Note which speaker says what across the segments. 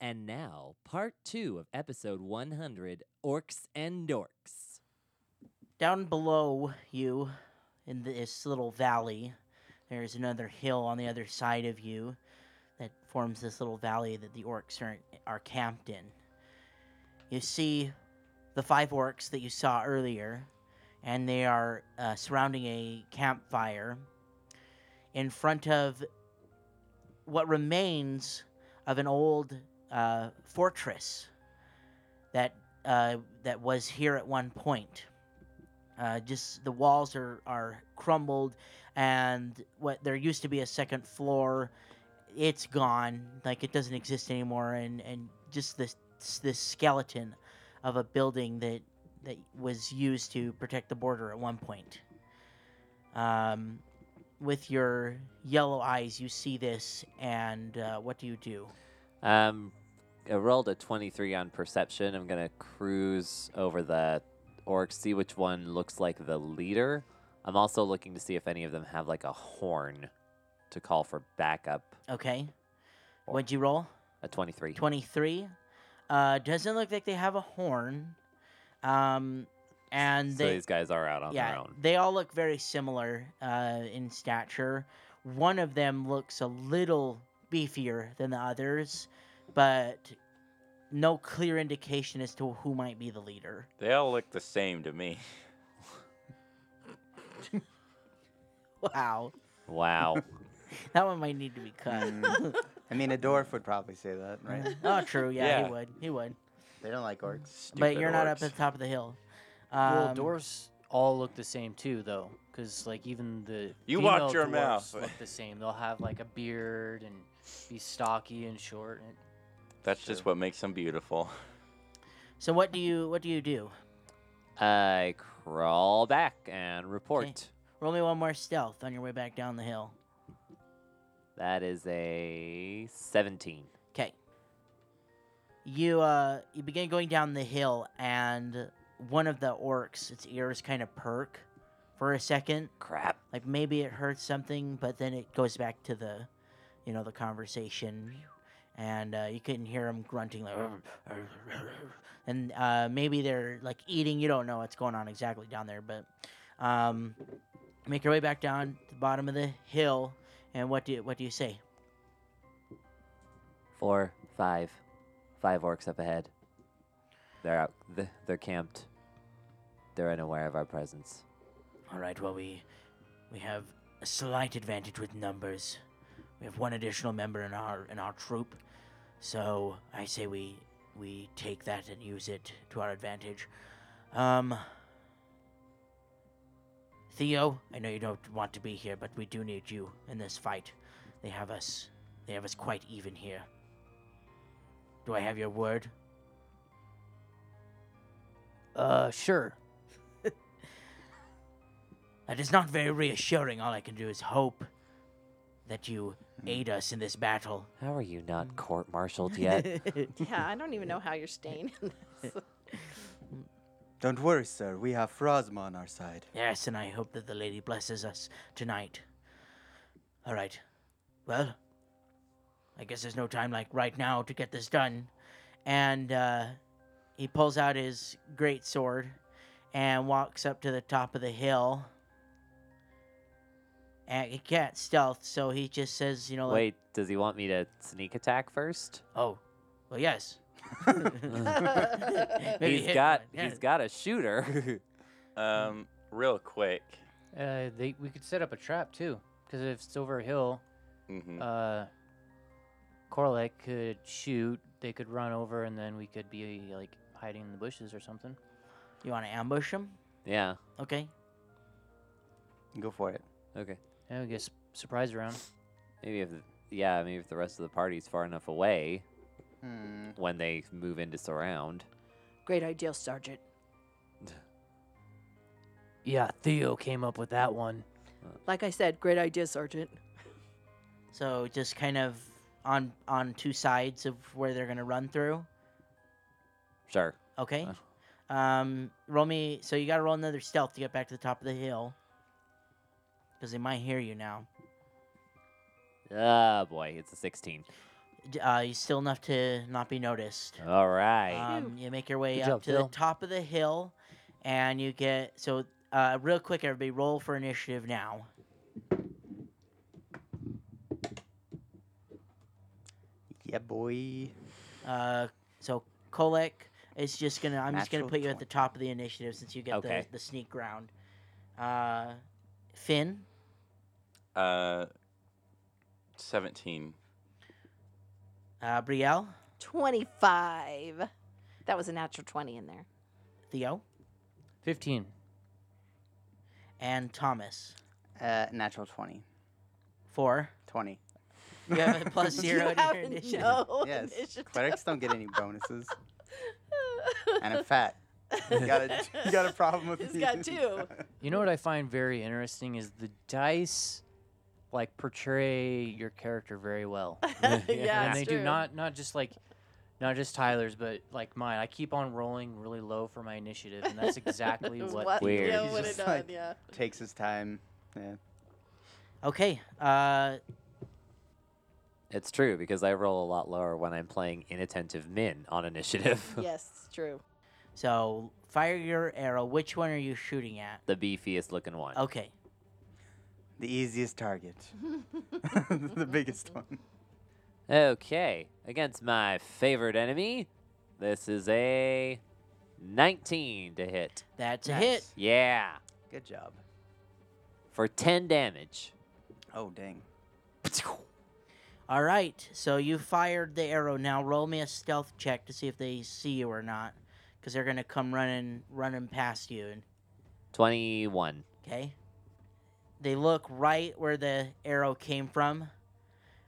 Speaker 1: And now, part two of episode 100 Orcs and Dorks.
Speaker 2: Down below you, in this little valley, there is another hill on the other side of you that forms this little valley that the orcs are, are camped in. You see the five orcs that you saw earlier, and they are uh, surrounding a campfire in front of what remains of an old uh, fortress that uh, that was here at one point. Uh, just the walls are, are crumbled, and what there used to be a second floor, it's gone. Like it doesn't exist anymore, and and just this this skeleton of a building that that was used to protect the border at one point. Um, with your yellow eyes, you see this, and uh, what do you do?
Speaker 1: Um, I rolled a 23 on perception. I'm going to cruise over the orcs, see which one looks like the leader. I'm also looking to see if any of them have like a horn to call for backup.
Speaker 2: Okay, what'd you roll?
Speaker 1: A 23.
Speaker 2: 23. Uh, doesn't look like they have a horn. Um, and
Speaker 1: so
Speaker 2: they,
Speaker 1: these guys are out on
Speaker 2: yeah,
Speaker 1: their own.
Speaker 2: they all look very similar uh, in stature. One of them looks a little beefier than the others, but no clear indication as to who might be the leader.
Speaker 3: They all look the same to me.
Speaker 2: Wow,
Speaker 1: Wow.
Speaker 2: that one might need to be cut.
Speaker 4: Mm. I mean, a dwarf would probably say that,
Speaker 1: Hmm.
Speaker 4: right?
Speaker 2: oh, true. Yeah,
Speaker 3: Yeah.
Speaker 2: he would. He would.
Speaker 4: they don't like orcs.
Speaker 2: but
Speaker 3: Stupid
Speaker 2: you're not up
Speaker 3: orcs.
Speaker 2: at the top of the hill.
Speaker 5: well,
Speaker 2: Um,
Speaker 5: dwarves all look the same too, though, because like even the
Speaker 3: You
Speaker 5: female
Speaker 3: watch your
Speaker 5: dwarves
Speaker 3: mouth.
Speaker 5: look the same. They'll have like a beard and be stocky and short. And
Speaker 3: That's just what makes them beautiful.
Speaker 2: So what do you what do you do?
Speaker 1: I crawl back and report.
Speaker 2: Roll me one more stealth on your way back down the hill.
Speaker 1: That is a 17.
Speaker 2: Okay. You uh you begin going down the hill and one of the orcs, its ears kind of perk for a second.
Speaker 1: Crap.
Speaker 2: Like maybe it heard something, but then it goes back to the you know, the conversation and uh, you couldn't hear them grunting like and uh, maybe they're like eating, you don't know what's going on exactly down there, but um make your way back down to the bottom of the hill and what do you, what do you say?
Speaker 1: Four, five, five orcs up ahead. They're out. th- They're camped. They're unaware of our presence.
Speaker 2: All right. Well, we we have a slight advantage with numbers. We have one additional member in our in our troop, so I say we we take that and use it to our advantage. Um, Theo, I know you don't want to be here, but we do need you in this fight. They have us. They have us quite even here. Do I have your word?
Speaker 5: uh, sure.
Speaker 2: That is not very reassuring. All I can do is hope that you aid us in this battle.
Speaker 1: How are you
Speaker 2: Hmm.
Speaker 1: not court-martialed yet?
Speaker 6: Yeah, I don't even know how you're staying in this.
Speaker 4: Don't worry, sir. We have Frozma on our side.
Speaker 2: yes, and I hope that the lady blesses us tonight. All right. Well, I guess there's no time like right now to get this done. And uh, he pulls out his great sword and walks up to the top of the hill. And he can't stealth, so he just says, you know, like,
Speaker 1: Wait, does he want me to sneak attack first?
Speaker 2: oh, well, yes. Maybe
Speaker 1: He's
Speaker 2: hit
Speaker 1: got
Speaker 2: one, yeah.
Speaker 1: he's got a shooter.
Speaker 3: Um, real quick.
Speaker 5: Uh, they we could set up a trap too, because if it's over a hill,
Speaker 3: hmm
Speaker 5: uh, Corlec could shoot. They could run over, and then we could be like hiding in the bushes or something.
Speaker 2: You want to ambush him?
Speaker 1: yeah.
Speaker 2: Okay.
Speaker 4: Go for it.
Speaker 1: Okay.
Speaker 5: And we get s- surprise around.
Speaker 1: Maybe if yeah, maybe if the rest of the party's far enough away
Speaker 4: Hmm.
Speaker 1: when they move into surround.
Speaker 6: Great idea, Sergeant.
Speaker 5: Yeah, Theo came up with that one.
Speaker 6: Like I said, great idea, Sergeant.
Speaker 2: So just kind of on on two sides of where they're gonna run through.
Speaker 1: Sure.
Speaker 2: Okay.
Speaker 5: Uh-huh.
Speaker 2: Um, roll me. So you gotta roll another stealth to get back to the top of the hill, because they might hear you now.
Speaker 1: Ah boy, it's a 16.
Speaker 2: d- uh, you still enough to not be noticed.
Speaker 1: All right.
Speaker 2: Um, you make your way
Speaker 5: Good
Speaker 2: up
Speaker 5: job,
Speaker 2: to
Speaker 5: Phil.
Speaker 2: the top of the hill, and you get so. Uh, real quick, everybody, roll for initiative now.
Speaker 4: Yeah, boy.
Speaker 2: Uh, so Kolek is just gonna. I'm just gonna
Speaker 4: Natural
Speaker 2: put you at the top of the initiative since you get
Speaker 1: Okay.
Speaker 2: the, the sneak round. Uh, Finn,
Speaker 3: Uh, 17.
Speaker 2: uh, Brielle,
Speaker 6: 25. That was a natural 20 in there.
Speaker 2: Theo,
Speaker 5: Fifteen.
Speaker 2: and Thomas.
Speaker 4: Uh, natural 20.
Speaker 2: Four.
Speaker 4: 20.
Speaker 2: You have a plus zero.
Speaker 6: you
Speaker 2: to your
Speaker 6: have
Speaker 2: initiative.
Speaker 6: no
Speaker 4: Yes.
Speaker 6: initiative.
Speaker 4: Clerics don't get any bonuses. And I'm fat. You got a, you got a problem with
Speaker 6: He's
Speaker 4: me.
Speaker 6: got two.
Speaker 5: You know what I find very interesting is the dice, like portray your character very well.
Speaker 6: yeah,
Speaker 5: and
Speaker 6: it's
Speaker 5: they do
Speaker 6: true.
Speaker 5: not not just like not just Tyler's, but like mine. I keep on rolling really low for my initiative, and that's exactly what.
Speaker 6: what
Speaker 1: Weird.
Speaker 6: Theo
Speaker 1: He's
Speaker 6: would have
Speaker 4: just
Speaker 6: done,
Speaker 4: like-
Speaker 6: yeah.
Speaker 4: Takes his time. Yeah.
Speaker 2: Okay. Uh,
Speaker 1: It's true because I roll a lot lower when I'm playing inattentive min on initiative.
Speaker 6: Yes, it's true.
Speaker 2: so fire your arrow. Which one are you shooting at?
Speaker 1: the beefiest looking one.
Speaker 2: Okay.
Speaker 4: The easiest target. the biggest one.
Speaker 1: Okay, against my favorite enemy, this is a 19 to hit.
Speaker 2: That's a
Speaker 4: Nice.
Speaker 2: hit.
Speaker 1: Yeah,
Speaker 4: Good job.
Speaker 1: for 10 damage.
Speaker 4: Oh, dang.
Speaker 2: All right. So you fired the arrow. Now roll me a stealth check to see if they see you or not, because they're gonna come running, running past you. And
Speaker 1: 21.
Speaker 2: okay, they look right where the arrow came from,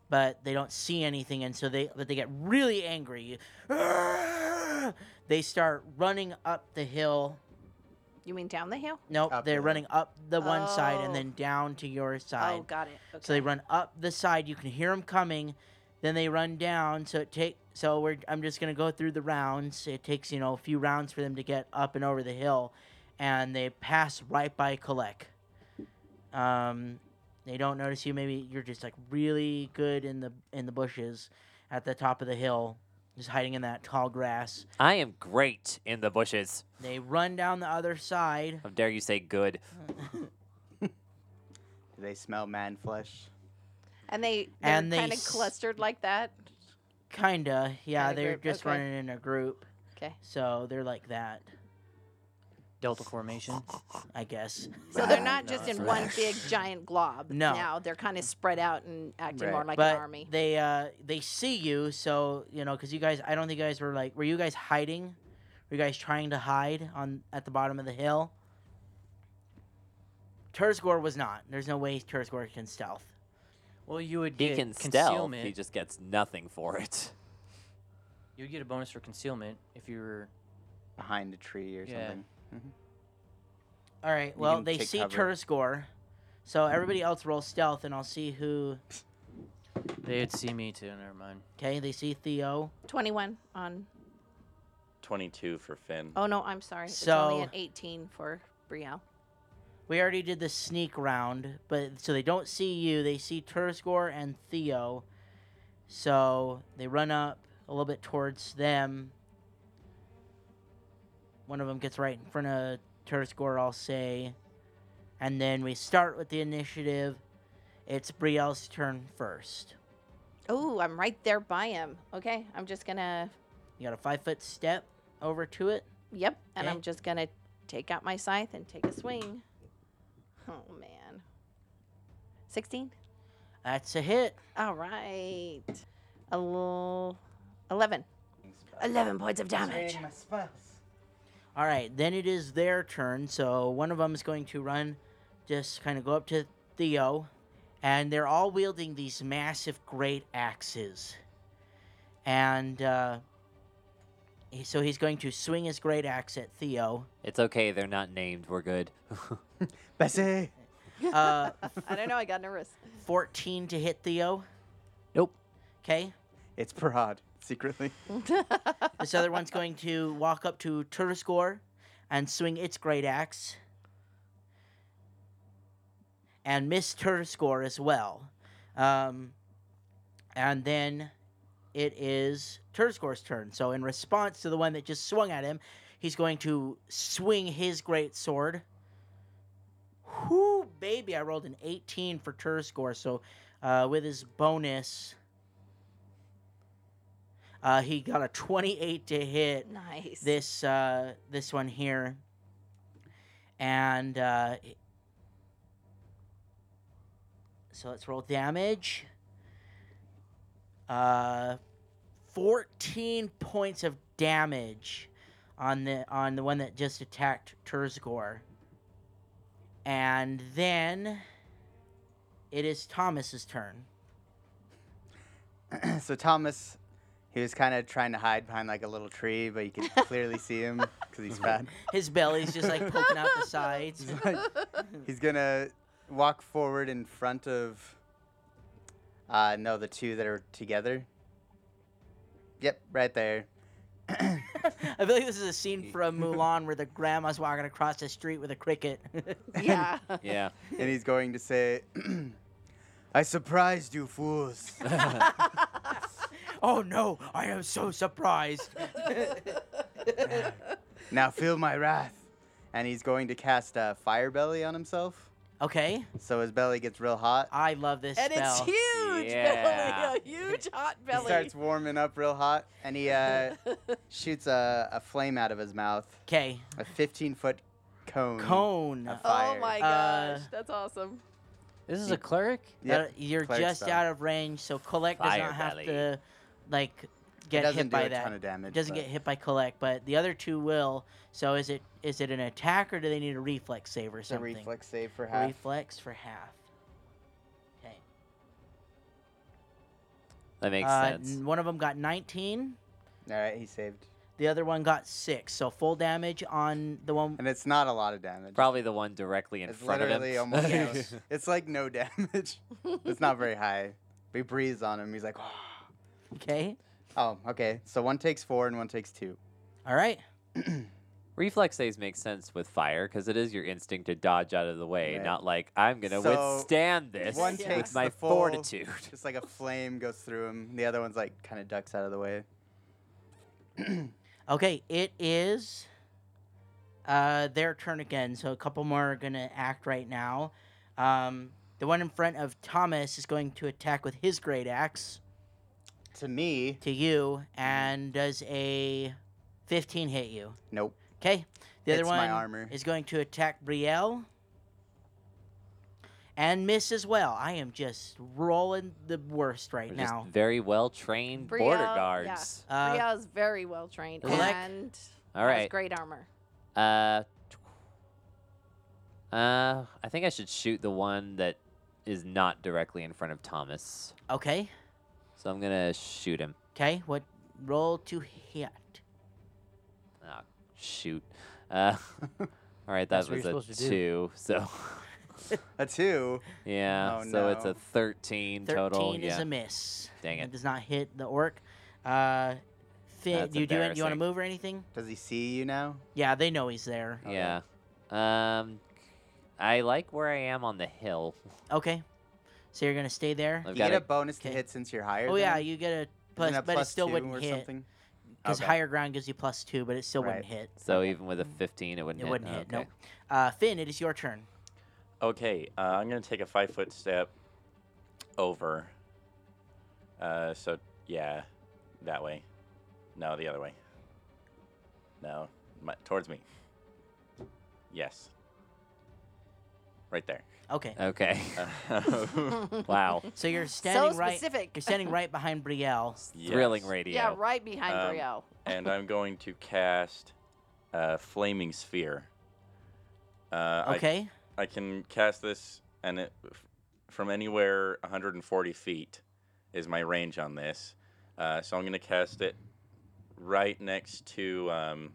Speaker 2: but they don't see anything, and so they but they get really angry. They start running up the hill.
Speaker 6: You mean down the hill?
Speaker 2: Nope,
Speaker 4: Up
Speaker 2: they're
Speaker 4: the hill.
Speaker 2: running up the one side
Speaker 6: Oh.
Speaker 2: and then down to your side.
Speaker 6: Oh, got it. Okay.
Speaker 2: So they run up the side. You can hear them coming. Then they run down. So it take. So we're. I'm just gonna go through the rounds. It takes you know a few rounds for them to get up and over the hill, and they pass right by Kolek. Um, they don't notice you. Maybe you're just like really good in the in the bushes, at the top of the hill, just hiding in that tall grass.
Speaker 1: I am great in the bushes.
Speaker 2: They run down the other side.
Speaker 1: How dare you say good?
Speaker 4: Do they smell man flesh?
Speaker 6: And they they're
Speaker 2: And they
Speaker 6: kind of
Speaker 2: s-
Speaker 6: clustered like that.
Speaker 2: Kinda. Yeah,
Speaker 6: Kinda
Speaker 2: they're
Speaker 6: group,
Speaker 2: just
Speaker 6: okay.
Speaker 2: running in a group.
Speaker 6: Okay.
Speaker 2: So they're like that,
Speaker 5: Delta formation.
Speaker 2: I guess.
Speaker 6: So they're not just
Speaker 5: No,
Speaker 6: in
Speaker 5: it's
Speaker 6: one big giant glob.
Speaker 2: No.
Speaker 6: Now they're kind of spread out and acting
Speaker 4: Right.
Speaker 6: more like
Speaker 2: but
Speaker 6: an army.
Speaker 2: they uh they see you so you know because you guys i don't think you guys were like were you guys hiding were you guys trying to hide on at the bottom of the hill Terzgor was not there's no way Terzgor can stealth
Speaker 5: Well, you would
Speaker 1: He
Speaker 5: get
Speaker 1: can stealth,
Speaker 5: concealment.
Speaker 1: he just gets nothing for it.
Speaker 5: You'd get a bonus for concealment if you were.
Speaker 4: Behind a tree or
Speaker 5: Yeah.
Speaker 4: something.
Speaker 2: all right
Speaker 4: You
Speaker 2: well
Speaker 4: can
Speaker 2: they
Speaker 4: take
Speaker 2: see
Speaker 4: cover. Mm-hmm.
Speaker 2: Terzgor so everybody else roll stealth and i'll see who
Speaker 5: They'd see me too. Never mind.
Speaker 2: okay they see theo
Speaker 6: 21 on.
Speaker 3: 22 for Finn.
Speaker 6: Oh no, I'm sorry. It's only
Speaker 2: So-
Speaker 6: an 18 for Brielle.
Speaker 2: we already did the sneak round but so they don't see you they see Terzgor and theo So they run up a little bit towards them. One of them gets right in front of Turskor, I'll say. And then we start with the initiative. It's Brielle's turn first.
Speaker 6: Oh, I'm right there by him. Okay, I'm just gonna.
Speaker 2: You got a five foot step over to it.
Speaker 6: Yep, and
Speaker 2: Okay.
Speaker 6: I'm just gonna take out my scythe and take a swing. Oh man. 16.
Speaker 2: That's a hit.
Speaker 6: All right. A little. 11. 11 points of damage.
Speaker 2: All right, then it is their turn. So one of them is going to run, just kind of go up to Theo, and they're all wielding these massive great axes. And uh, he- so he's going to swing his great axe at Theo.
Speaker 1: It's okay, they're not named. We're good.
Speaker 4: Bessie!
Speaker 2: Uh,
Speaker 6: I don't know, I got nervous.
Speaker 2: 14 to hit Theo.
Speaker 1: Nope.
Speaker 2: Okay.
Speaker 4: It's Parad, secretly.
Speaker 2: This other one's going to walk up to Turskor and swing its great axe. And miss Turskor as well. Um, and then it is Turskor's turn. So in response to the one that just swung at him, he's going to swing his great sword. Whoo, baby! I rolled an 18 for Turskor. So uh, with his bonus, uh, he got a 28 to hit
Speaker 6: Nice.
Speaker 2: this uh, this one here, and uh, it- so let's roll damage. Uh, fourteen points of damage on the on the one that just attacked Terzgor, and then it is Thomas's turn.
Speaker 4: so Thomas, he was kind of trying to hide behind like a little tree, but you could clearly see him because he's fat.
Speaker 2: His belly's just like poking out the sides.
Speaker 4: He's, like, he's gonna walk forward in front of. Uh, no, the two that are together. Yep, right there.
Speaker 2: I feel like this is a scene from Mulan where the grandma's walking across the street with a cricket.
Speaker 6: yeah.
Speaker 1: Yeah.
Speaker 4: And he's going to say, "I surprised you fools."
Speaker 2: oh no, I am so surprised.
Speaker 4: Now feel my wrath. And he's going to cast a fire belly on himself.
Speaker 2: okay,
Speaker 4: So his belly gets real hot.
Speaker 2: I love this
Speaker 6: and it's
Speaker 2: spell.
Speaker 6: huge
Speaker 1: Yeah.
Speaker 6: belly, a huge hot
Speaker 4: He
Speaker 6: belly.
Speaker 4: starts warming up real hot. And he uh, shoots a, a flame out of his mouth.
Speaker 2: Okay,
Speaker 4: A 15 foot cone.
Speaker 2: cone.
Speaker 4: A
Speaker 2: Uh,
Speaker 6: oh
Speaker 4: fire.
Speaker 6: my
Speaker 2: Uh,
Speaker 6: gosh, that's awesome.
Speaker 5: This is a cleric.
Speaker 4: Yep.
Speaker 2: you're
Speaker 4: cleric
Speaker 2: just
Speaker 4: spell.
Speaker 2: out of range, so collect does
Speaker 1: Fire
Speaker 2: not have
Speaker 1: belly.
Speaker 2: to, like,
Speaker 4: It
Speaker 2: get
Speaker 4: doesn't
Speaker 2: hit
Speaker 4: do
Speaker 2: by
Speaker 4: a
Speaker 2: that.
Speaker 4: ton of damage.
Speaker 2: It doesn't
Speaker 4: but-
Speaker 2: get hit by collect, but the other two will. So is it is it an attack or do they need a reflex save or
Speaker 4: It's a
Speaker 2: something?
Speaker 4: reflex save for half.
Speaker 2: Reflex for half. Okay.
Speaker 1: That makes
Speaker 2: Uh,
Speaker 1: sense.
Speaker 2: n- One of them got 19.
Speaker 4: All right, he saved.
Speaker 2: The other one got six. So full damage on the one.
Speaker 4: And it's not a lot of damage.
Speaker 1: Probably the one directly in
Speaker 4: It's
Speaker 1: front of him.
Speaker 4: literally almost
Speaker 2: Yeah.
Speaker 4: no- It's like no damage. it's not very high. We breathe on him. He's like,
Speaker 2: Okay.
Speaker 4: oh, okay. So one takes four and one takes two.
Speaker 2: All right.
Speaker 1: Reflex saves make sense with fire because it is your instinct to dodge out of the way,
Speaker 4: Right.
Speaker 1: not like I'm gonna
Speaker 4: So,
Speaker 1: withstand this
Speaker 4: one
Speaker 6: Yeah.
Speaker 4: takes
Speaker 1: with my
Speaker 4: the full-
Speaker 1: fortitude.
Speaker 4: Just like a flame goes through him. The other one's like kind of ducks out of the way.
Speaker 2: Okay. It is uh, their turn again. So a couple more are going to act right now. Um, the one in front of Thomas is going to attack with his great axe
Speaker 4: To me,
Speaker 2: to you and does a 15 hit you.
Speaker 4: nope.
Speaker 2: Okay. The other
Speaker 4: Hits
Speaker 2: one
Speaker 4: my armor.
Speaker 2: is going to attack Brielle and miss as well. I am just rolling the worst right
Speaker 1: We're
Speaker 2: now.
Speaker 1: Just very well trained border
Speaker 6: Brielle, yeah.
Speaker 1: guards.
Speaker 2: Uh,
Speaker 6: Ria is very well trained
Speaker 2: Collect-
Speaker 6: and
Speaker 1: All
Speaker 6: has
Speaker 1: right.
Speaker 6: great armor.
Speaker 1: Uh, uh, I think I should shoot the one that is not directly in front of Thomas.
Speaker 2: okay.
Speaker 1: So I'm gonna shoot him.
Speaker 2: Okay. What roll to hit?
Speaker 1: Oh, shoot. Uh, all right, that
Speaker 5: That's what
Speaker 1: was
Speaker 5: you're
Speaker 1: a
Speaker 5: supposed to
Speaker 1: two. So
Speaker 4: A two.
Speaker 1: yeah,
Speaker 4: Oh,
Speaker 1: so it's a
Speaker 4: no.
Speaker 1: 13,
Speaker 2: Thirteen
Speaker 1: total.
Speaker 2: is
Speaker 1: Yeah.
Speaker 2: a miss.
Speaker 1: Dang it.
Speaker 2: Does not hit the orc. Uh, Finn,
Speaker 1: That's
Speaker 2: do you do it? You want to
Speaker 1: embarrassing.
Speaker 2: move or anything?
Speaker 4: Does he see you now?
Speaker 2: Yeah, they know he's there.
Speaker 4: Oh,
Speaker 1: yeah.
Speaker 4: yeah.
Speaker 1: Um, I like where I am on the hill.
Speaker 2: Okay. So you're gonna stay there.
Speaker 1: I've
Speaker 4: you get
Speaker 1: got
Speaker 4: a
Speaker 1: a,
Speaker 4: bonus
Speaker 2: Okay.
Speaker 4: to hit since you're higher.
Speaker 2: Oh
Speaker 4: than
Speaker 2: yeah,
Speaker 4: him?
Speaker 2: you get a plus,
Speaker 4: Isn't that
Speaker 2: but it still
Speaker 4: two
Speaker 2: wouldn't
Speaker 4: or
Speaker 2: hit
Speaker 4: something?
Speaker 2: because
Speaker 4: Okay.
Speaker 2: higher ground gives you plus two, but it still wouldn't
Speaker 4: Right.
Speaker 2: hit.
Speaker 1: so even with a 15, it wouldn't
Speaker 2: It
Speaker 1: hit.
Speaker 2: wouldn't hit.
Speaker 1: Okay.
Speaker 2: Nope. Uh, Finn, it is your turn.
Speaker 3: Okay, uh, I'm gonna take a five foot step over. Uh, so yeah, that way. No, the other way. No, my, towards me. Yes. Right there.
Speaker 2: Okay.
Speaker 1: Okay.
Speaker 3: Uh,
Speaker 1: wow.
Speaker 2: So you're standing
Speaker 6: so
Speaker 2: right.
Speaker 6: specific.
Speaker 2: You're standing right behind Brielle.
Speaker 1: Thrilling
Speaker 3: yes.
Speaker 1: radio.
Speaker 6: yeah, right behind
Speaker 3: Um,
Speaker 6: Brielle.
Speaker 3: and I'm going to cast uh, Flaming Sphere. Uh, I
Speaker 2: Okay.
Speaker 3: I can cast this, and it f- from anywhere 140 feet is my range on this. Uh, so I'm going to cast it right next to um,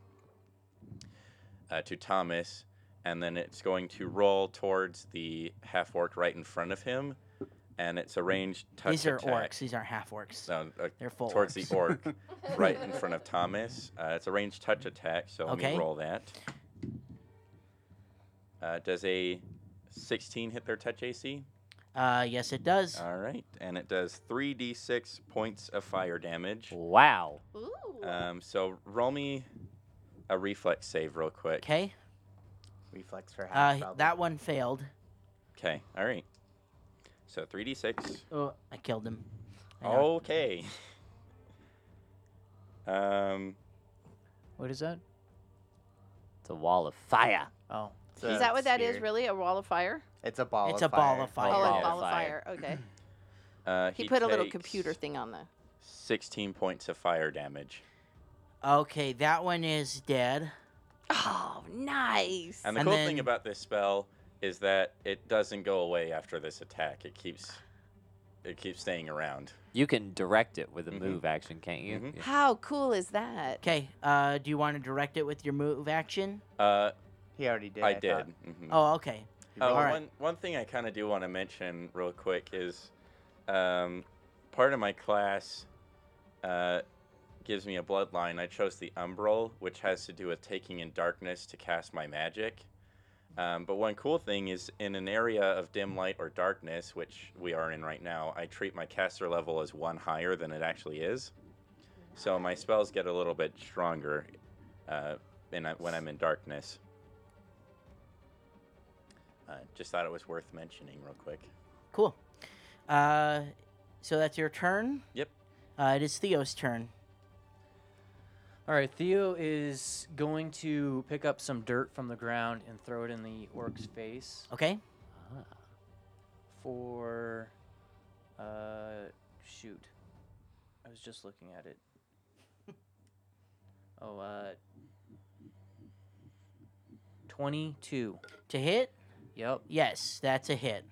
Speaker 3: uh, to Thomas, and then it's going to roll towards the half orc right in front of him, and it's a ranged touch
Speaker 2: These are
Speaker 3: attack.
Speaker 2: orcs. These aren't half orcs.
Speaker 3: No, uh,
Speaker 2: They're full.
Speaker 3: towards
Speaker 2: orcs.
Speaker 3: the orc right in front of Thomas. Uh, it's a ranged touch attack, so let
Speaker 2: Okay.
Speaker 3: me roll that. Uh, does a 16 hit their touch AC?
Speaker 2: Uh, yes, it does.
Speaker 3: All right, and it does 3d6 points of fire damage.
Speaker 1: Wow.
Speaker 6: Ooh.
Speaker 3: Um, so roll me a reflex save real quick.
Speaker 2: okay.
Speaker 4: Reflex for half.
Speaker 2: Uh,
Speaker 4: probably.
Speaker 2: that one failed.
Speaker 3: Okay, all right. So 3d6.
Speaker 2: Oh, I killed him. I know.
Speaker 3: Okay. um,
Speaker 5: What is that?
Speaker 1: It's a wall of fire.
Speaker 5: Oh,
Speaker 4: It's
Speaker 6: is
Speaker 4: a
Speaker 6: that what that is?
Speaker 4: sphere.
Speaker 6: Really, a wall of fire?
Speaker 4: It's a ball.
Speaker 2: It's
Speaker 4: of
Speaker 2: a ball
Speaker 4: fire.
Speaker 2: of fire.
Speaker 6: oh,
Speaker 1: yeah.
Speaker 6: a ball of
Speaker 1: Fire.
Speaker 6: fire. Okay.
Speaker 3: uh,
Speaker 6: He, put a little
Speaker 3: takes
Speaker 6: computer thing on the.
Speaker 3: 16 points of fire damage.
Speaker 2: Okay, that one is dead.
Speaker 6: Oh, nice.
Speaker 3: And the
Speaker 2: And
Speaker 3: cool
Speaker 2: then-
Speaker 3: thing about this spell is that it doesn't go away after this attack. It keeps it keeps staying around.
Speaker 1: You can direct it with a
Speaker 3: Mhm.
Speaker 1: move action, can't you?
Speaker 3: Mhm.
Speaker 6: How cool is that?
Speaker 2: Okay, uh, do you want to direct it with your move action?
Speaker 3: Uh,
Speaker 4: He already did.
Speaker 3: I,
Speaker 4: I,
Speaker 3: did.
Speaker 4: thought.
Speaker 3: Mhm.
Speaker 2: Oh, okay.
Speaker 3: Oh,
Speaker 2: Alright.
Speaker 3: one, one thing I kind of do want to mention real quick is um, part of my class uh, gives me a bloodline. I chose the Umbral, which has to do with taking in darkness to cast my magic. Um, but one cool thing is in an area of dim light or darkness, which we are in right now, I treat my caster level as one higher than it actually is. So my spells get a little bit stronger uh, in, when I'm in darkness. Uh, just thought it was worth mentioning real quick.
Speaker 2: Cool. Uh, so that's your turn.
Speaker 3: Yep.
Speaker 2: Uh, it is Theo's turn.
Speaker 5: All right, Theo is going to pick up some dirt from the ground and throw it in the orc's face
Speaker 2: Okay.
Speaker 5: for uh shoot. I was just looking at it. Oh, uh 22.
Speaker 2: To hit?
Speaker 5: Yep.
Speaker 2: Yes, that's a hit.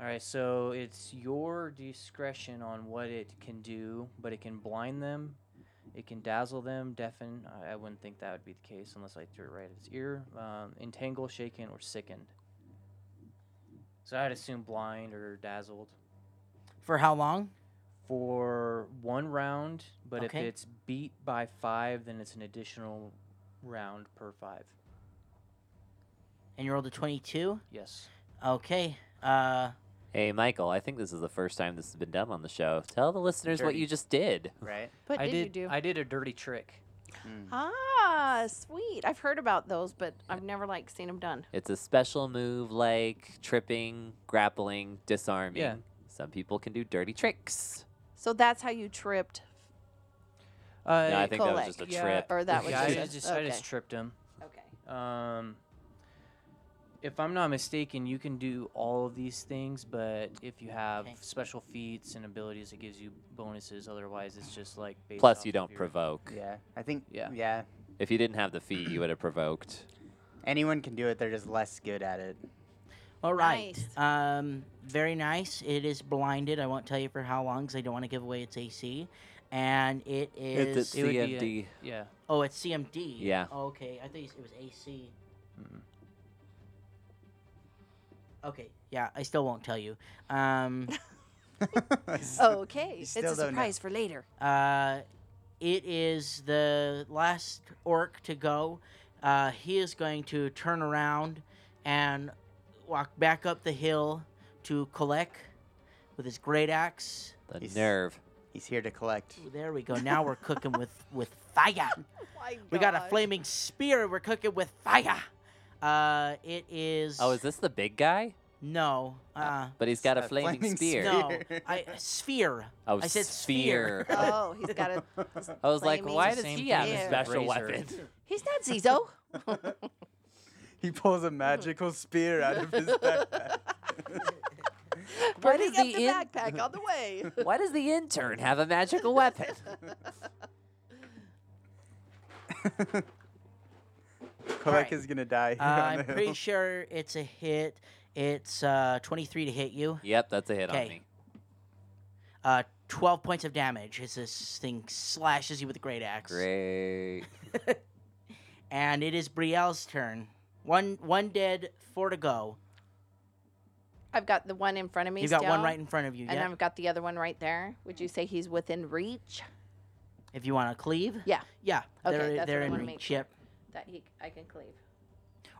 Speaker 5: All right, so it's your discretion on what it can do, but it can blind them, it can dazzle them, deafen. I, I wouldn't think that would be the case unless I threw it right at its ear. Um, entangle, shaken, or sickened. So I'd assume blind or dazzled
Speaker 2: For how long?
Speaker 5: for one round, but
Speaker 2: Okay.
Speaker 5: if it's beat by five, then it's an additional round per five.
Speaker 2: And you rolled a 22?
Speaker 5: Yes.
Speaker 2: Okay. Uh,
Speaker 1: Hey, Michael, I think this is the first time this has been done on the show. Tell the listeners what
Speaker 4: Dirty.
Speaker 1: you just did.
Speaker 4: Right.
Speaker 6: What
Speaker 5: I
Speaker 6: did, you do?
Speaker 5: I did a dirty trick.
Speaker 4: Mm.
Speaker 6: ah, sweet. I've heard about those, but I've never like seen them done.
Speaker 1: It's a special move like tripping, grappling, disarming.
Speaker 5: Yeah.
Speaker 1: Some people can do dirty tricks.
Speaker 6: So that's how you tripped.
Speaker 5: Uh,
Speaker 1: no, I think that was
Speaker 6: collect.
Speaker 1: just a
Speaker 5: Yeah,
Speaker 1: trip.
Speaker 6: or that was
Speaker 5: yeah, I
Speaker 6: just a-
Speaker 5: just, I just
Speaker 6: okay.
Speaker 5: tripped him.
Speaker 6: Okay.
Speaker 5: Um, if I'm not mistaken, you can do all of these things, but if you have
Speaker 2: Okay.
Speaker 5: special feats and abilities, it gives you bonuses. Otherwise, it's just like based
Speaker 1: Plus,
Speaker 5: off
Speaker 1: you
Speaker 5: of
Speaker 1: don't
Speaker 5: your-
Speaker 1: provoke.
Speaker 4: Yeah. I think.
Speaker 5: Yeah.
Speaker 4: Yeah. Yeah.
Speaker 1: If you didn't have the fee, you would have provoked.
Speaker 4: Anyone can do it. They're just less good at it.
Speaker 2: all right.
Speaker 6: Nice.
Speaker 2: Um, very nice. It is blinded. I won't tell you for how long because I don't want to give away its AC. And it is.
Speaker 1: It's
Speaker 5: it
Speaker 1: at
Speaker 5: would be a-
Speaker 1: CMD.
Speaker 5: Yeah,
Speaker 2: oh, it's CMD.
Speaker 1: Yeah.
Speaker 2: Okay. I thought you s- it was AC.
Speaker 5: Mm-mm.
Speaker 2: Okay. Yeah, I still won't tell you. Um,
Speaker 6: Okay. It's
Speaker 4: still don't
Speaker 6: a
Speaker 4: know.
Speaker 6: surprise for later.
Speaker 2: Uh, it is the last orc to go. Uh, he is going to turn around and walk back up the hill to Kolek with his great axe.
Speaker 1: The
Speaker 4: He's-
Speaker 1: nerve.
Speaker 4: He's here to collect.
Speaker 2: Ooh, there we go. Now we're cooking with, with fire.
Speaker 6: Oh My
Speaker 2: We got a
Speaker 6: gosh.
Speaker 2: flaming spear. We're cooking with fire. Uh, it is.
Speaker 1: Oh, is this the big guy?
Speaker 2: No. Uh,
Speaker 1: But he's got a
Speaker 4: A
Speaker 1: flaming,
Speaker 4: flaming
Speaker 1: spear.
Speaker 4: spear.
Speaker 2: no. I, sphere.
Speaker 1: Oh,
Speaker 2: I said
Speaker 1: sphere.
Speaker 6: Oh, he's got a.
Speaker 1: I was like,
Speaker 6: Flaming
Speaker 1: why
Speaker 5: It's the
Speaker 1: does
Speaker 5: same
Speaker 1: he
Speaker 5: thing
Speaker 1: have a
Speaker 6: as the
Speaker 1: special
Speaker 5: razor.
Speaker 1: weapon?
Speaker 6: He's not Zizo.
Speaker 4: he pulls a magical spear out of his backpack.
Speaker 1: Why
Speaker 6: Putting
Speaker 1: does
Speaker 6: up
Speaker 1: the
Speaker 6: the
Speaker 1: in-
Speaker 6: backpack on the way.
Speaker 1: Why does the intern have a magical weapon?
Speaker 4: Collect is gonna die.
Speaker 2: Uh,
Speaker 4: here on
Speaker 2: I'm
Speaker 4: the hill.
Speaker 2: pretty sure it's a hit. It's uh, 23 to hit you.
Speaker 1: yep, that's a hit on
Speaker 2: Okay.
Speaker 1: me.
Speaker 2: Uh, 12 points of damage as this thing slashes you with a great axe.
Speaker 1: Great.
Speaker 2: And it is Brielle's turn. One one dead, four to go.
Speaker 6: I've got the one in front of me.
Speaker 2: You've got one
Speaker 6: still,
Speaker 2: right in front of you.
Speaker 6: and
Speaker 2: Yeah.
Speaker 6: I've got the other one right there. Would you say he's within reach?
Speaker 2: If you want to cleave.
Speaker 6: Yeah.
Speaker 2: Yeah.
Speaker 6: Okay,
Speaker 2: they're
Speaker 6: that's
Speaker 2: they're
Speaker 6: what I
Speaker 2: in
Speaker 6: wanna
Speaker 2: reach.
Speaker 6: make sure.
Speaker 2: Yep.
Speaker 6: That he, I can cleave.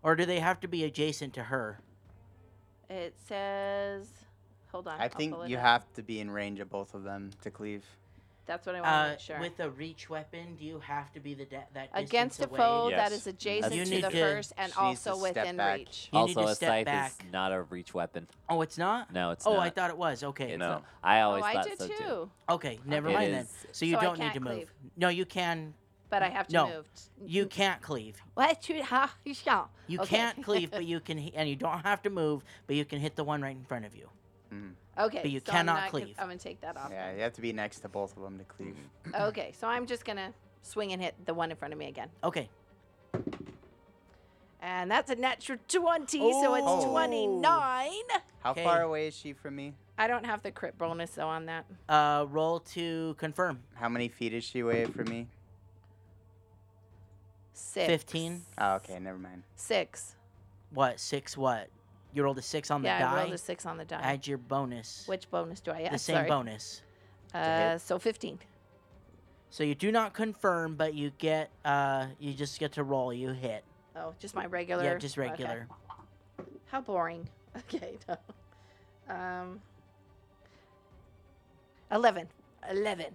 Speaker 2: Or do they have to be adjacent to her?
Speaker 6: It says Hold on.
Speaker 4: I
Speaker 6: I'll
Speaker 4: think
Speaker 6: pull it
Speaker 4: you
Speaker 6: up.
Speaker 4: have to be in range of both of them to cleave.
Speaker 6: That's what I want to
Speaker 2: Uh,
Speaker 6: make Oh, sure.
Speaker 2: With a reach weapon, do you have to be the de- that distance
Speaker 6: Against a
Speaker 2: away?
Speaker 6: foe that
Speaker 3: Yes.
Speaker 6: is adjacent
Speaker 2: You
Speaker 6: to
Speaker 2: need
Speaker 6: the
Speaker 2: to-
Speaker 6: first and
Speaker 4: she needs to
Speaker 6: also
Speaker 4: step
Speaker 6: within
Speaker 4: back.
Speaker 6: reach.
Speaker 2: You need
Speaker 1: also,
Speaker 2: to
Speaker 1: a
Speaker 2: step
Speaker 1: scythe is
Speaker 2: back.
Speaker 1: not a reach weapon.
Speaker 2: Oh, it's not.
Speaker 1: No, it's
Speaker 2: oh,
Speaker 1: not.
Speaker 2: I thought it was. Okay.
Speaker 1: It's
Speaker 3: No.
Speaker 1: not. I
Speaker 6: Oh,
Speaker 1: always
Speaker 6: I
Speaker 1: thought
Speaker 6: did
Speaker 1: so
Speaker 6: too,
Speaker 1: too.
Speaker 2: Okay. Never
Speaker 1: It
Speaker 2: mind then.
Speaker 1: is-
Speaker 2: So you
Speaker 6: So I
Speaker 2: don't need
Speaker 6: can't
Speaker 2: to move.
Speaker 6: cleave.
Speaker 2: No, you can.
Speaker 6: but I have to
Speaker 2: No.
Speaker 6: move.
Speaker 2: You can't cleave.
Speaker 6: What you how you shall.
Speaker 2: You
Speaker 6: Okay.
Speaker 2: can't cleave, but you can, hi- and you don't have to move, but you can hit the one right in front of you.
Speaker 6: Okay,
Speaker 2: you
Speaker 6: so
Speaker 2: cannot
Speaker 6: I'm not gonna-
Speaker 2: cleave.
Speaker 6: I'm gonna take that off.
Speaker 4: Yeah, you have to be next to both of them to cleave.
Speaker 6: Okay, so I'm just gonna swing and hit the one in front of me again,
Speaker 2: Okay.
Speaker 6: and that's a natural twenty, so it's
Speaker 4: Oh.
Speaker 6: twenty nine.
Speaker 4: How
Speaker 2: Okay.
Speaker 4: far away is she from me?
Speaker 6: I don't have the crit bonus though on that.
Speaker 2: Uh, roll to confirm.
Speaker 4: How many feet is she away from me?
Speaker 6: Six.
Speaker 2: 15?
Speaker 4: Oh, okay, never mind.
Speaker 6: Six.
Speaker 2: What six? What? You rolled a six on the
Speaker 6: yeah, I
Speaker 2: die.
Speaker 6: rolled a six on the die.
Speaker 2: Add your bonus.
Speaker 6: Which bonus do I add?
Speaker 2: the same
Speaker 6: Sorry.
Speaker 2: bonus.
Speaker 4: hit.
Speaker 6: Uh, so fifteen.
Speaker 2: So you do not confirm, but you get. Uh, you just get to roll. You hit.
Speaker 6: Oh, just my regular.
Speaker 2: Yeah, just
Speaker 6: okay.
Speaker 2: regular.
Speaker 6: How boring. Okay, no. Um, 11. 11.